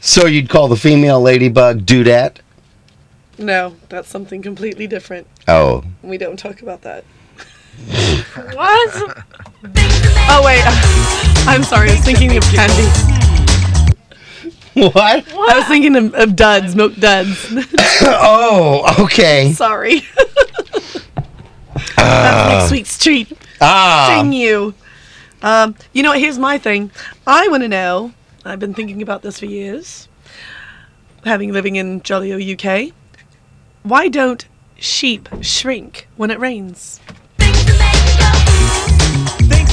S2: So you'd call the female ladybug dudette?
S1: No, that's something completely different.
S2: Oh,
S1: We don't talk about that.
S4: What?
S1: Oh wait, I'm sorry. I was thinking of candy.
S2: what?
S1: I was thinking of, of duds, milk duds.
S2: Oh, okay.
S1: sorry. that's next week's treat.
S2: Ah,
S1: Dang you. Um, you know what? Here's my thing. I want to know. I've been thinking about this for years, having living in Jolly old UK. Why don't sheep shrink when it rains?
S5: Things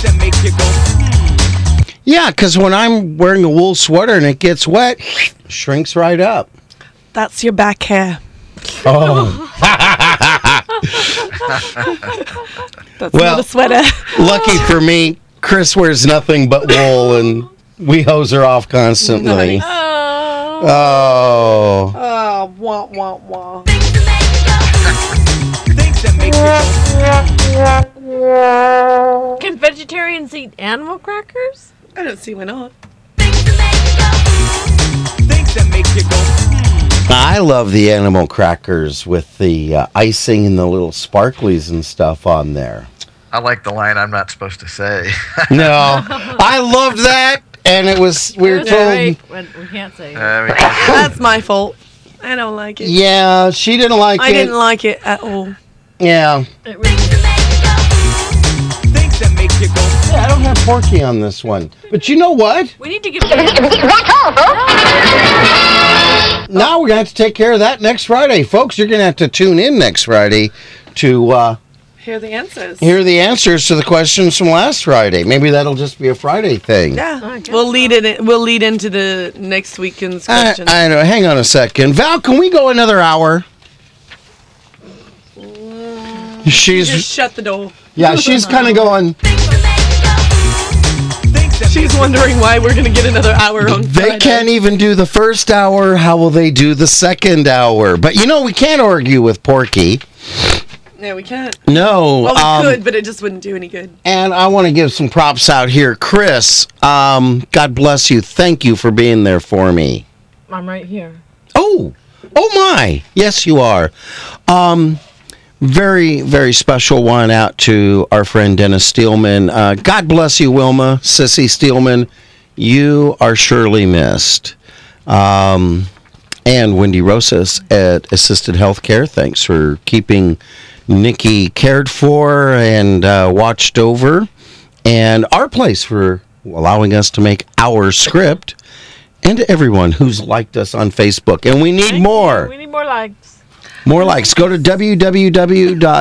S5: that make you go.
S2: yeah. Because when I'm wearing a wool sweater and it gets wet, shrinks right up.
S1: That's your back hair.
S2: Oh,
S1: That's
S2: Well-
S1: not a sweater.
S2: lucky for me, Chris wears nothing but wool, and we hose her off constantly.
S4: Oh.
S2: Oh,
S1: oh, wah wah wah.
S5: Things that make you go.
S4: Can vegetarians eat animal crackers?
S1: I don't see why not.
S5: Things that make you go. hmm.
S2: I love the animal crackers with the uh, icing and the little sparklies and stuff on there.
S7: I like the line I'm not supposed to say.
S2: No, I loved that, and it was we were
S4: There's a
S2: told.
S4: way- when- We can't say it.
S7: I mean,
S1: That's my fault. I don't like it.
S2: Yeah, she didn't like
S1: I
S2: it.
S1: didn't like it at all.
S2: yeah,
S4: It really is.
S5: Things that make you go.
S2: Yeah, I don't have Porky on this one. But you know what?
S4: We need to give Dan
S2: Now we're gonna have to take care of that next Friday, folks. You're gonna have to tune in next Friday to uh,
S1: Here are the answers.
S2: Here are the answers to the questions from last Friday. Maybe that'll just be a Friday thing.
S1: Yeah, we'll lead it. We'll lead into the next weekend's
S2: I,
S1: question.
S2: I know. Hang on a second, Val. Can we go another hour? She's
S1: Just shut the door.
S2: yeah. She's kind of going.
S1: She's wondering why we're gonna get another hour on.
S2: They can't even do the first hour. How will they do the second hour? But you know we can't argue with Porky.
S1: No, we can't.
S2: No.
S1: Well, we
S2: e- um,
S1: could, but it just wouldn't do any good.
S2: And I want to give some props out here, Chris. Um, God bless you. Thank you for being there for me.
S4: I'm right here.
S2: Oh, oh my. Yes, you are. Um, very, very special one out to our friend Dennis Steelman. Uh, God bless you, Wilma, Sissy Steelman. You are surely missed. Um, and Wendy Rosas at Assisted Healthcare. Thanks for keeping Nikki cared for and uh, watched over. And our place for allowing us to make our script. And to everyone who's liked us on Facebook. And we need more.
S4: We need more likes.
S2: More likes. Go to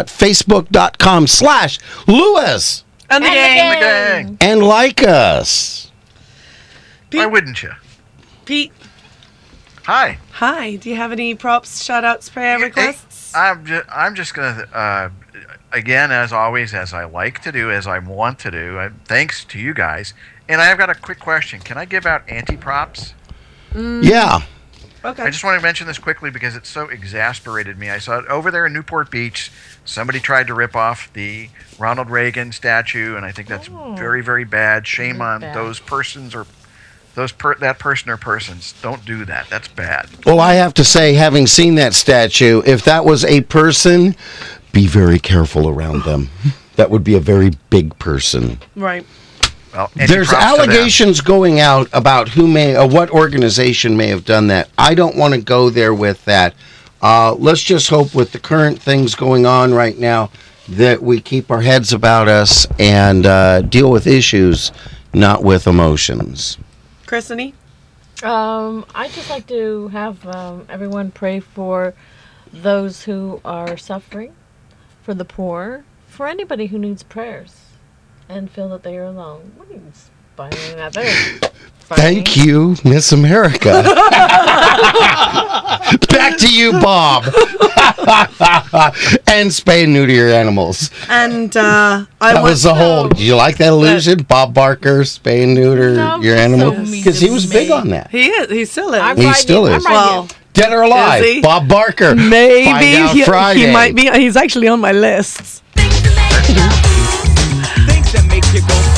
S2: www.facebook.com slash Lewis
S1: And the gang.
S2: and like us.
S7: Why wouldn't you?
S1: Pete,
S7: Hi.
S1: hi. Do you have any props, shout outs, prayer requests?
S7: I'm just, I'm just gonna, uh, again, as always, as I like to do, as I want to do. I, thanks to you guys. And I've got a quick question. Can I give out anti props?
S2: Yeah.
S1: Okay.
S7: I just want to mention this quickly because it so exasperated me. I saw it over there in Newport Beach. Somebody tried to rip off the Ronald Reagan statue, and I think that's very, very bad. Shame on
S4: bad.
S7: those persons or those per- that person or persons. Don't do that. That's bad.
S2: Well, I have to say, having seen that statue, if that was a person, be very careful around them. That would be a very big person.
S1: right.
S7: Well,
S2: There's
S7: anti-props to them.
S2: allegations going out about who may, uh, what organization may have done that. I don't want to go there with that. Uh, let's just hope with the current things going on right now that we keep our heads about us and uh, deal with issues, not with emotions.
S1: Christine?
S4: Um, I just like to have um, everyone pray for those who are suffering, for the poor, for anybody who needs prayers, and feel that they are alone. What are you spying at there?
S2: Thank you, Miss America. Back to you, Bob. and spay and neuter your animals.
S1: And uh, I
S2: that
S1: want
S2: was the whole. Did you like that illusion? Bob Barker, spay and neuter
S4: No,
S2: your
S4: so
S2: animals.
S4: mean
S2: Because he
S4: to
S2: was
S4: me.
S2: big on that.
S1: He is. He still is.
S4: I'm
S2: He
S4: right
S2: still
S4: here,
S2: is.
S4: I'm right
S1: well,
S4: here.
S2: Dead or alive,
S1: Is he?
S2: Bob Barker. Find
S1: maybe
S2: out
S1: he, he
S2: Friday.
S1: might be. He's actually on my list.
S5: Things that make you go.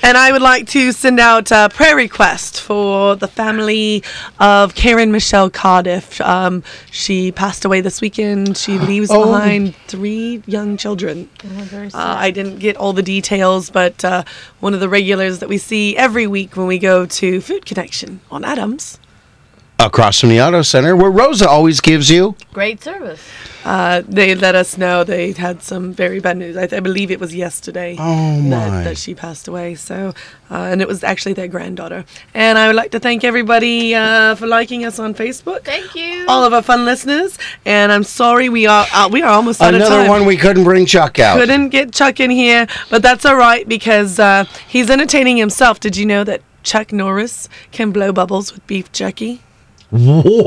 S1: And I would like to send out a prayer request for the family of Karen Michelle Cardiff. Um, she passed away this weekend. She leaves
S2: Oh.
S1: behind three young children.
S4: Oh, very sad.
S1: Uh, I didn't get all the details, but uh, one of the regulars that we see every week when we go to Food Connection on Adams,
S2: Across from the auto center, where Rosa always gives you.
S4: Great service.
S1: uh, they let us know they had some very bad news. I, th- I believe it was yesterday
S2: Oh my.
S1: that, that she passed away. So, uh, and it was actually their granddaughter. And I would like to thank everybody uh, for liking us on Facebook.
S4: Thank you.
S1: all of our fun listeners, and I'm sorry we are uh, we are almost out of
S2: Another
S1: time.
S2: one we couldn't bring Chuck out.
S1: Couldn't get Chuck in here, but that's all right because uh, he's entertaining himself. Did you know that Chuck Norris can blow bubbles with beef jerky?
S2: Whoa.
S1: He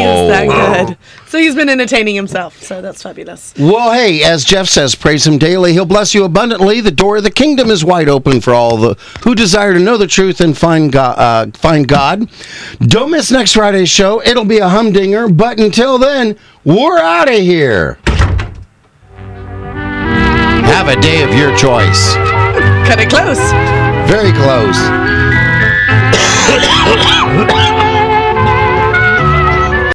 S1: is
S2: Oh,
S1: that good. So he's been entertaining himself. So that's fabulous.
S2: Well, hey, as Jeff says, praise him daily. He'll bless you abundantly. The door of the kingdom is wide open for all the who desire to know the truth and find God. Uh, find God. Don't miss next Friday's show. It'll be a humdinger. But until then, we're out of here. Have a day of your choice.
S1: Kind of close.
S2: Very close.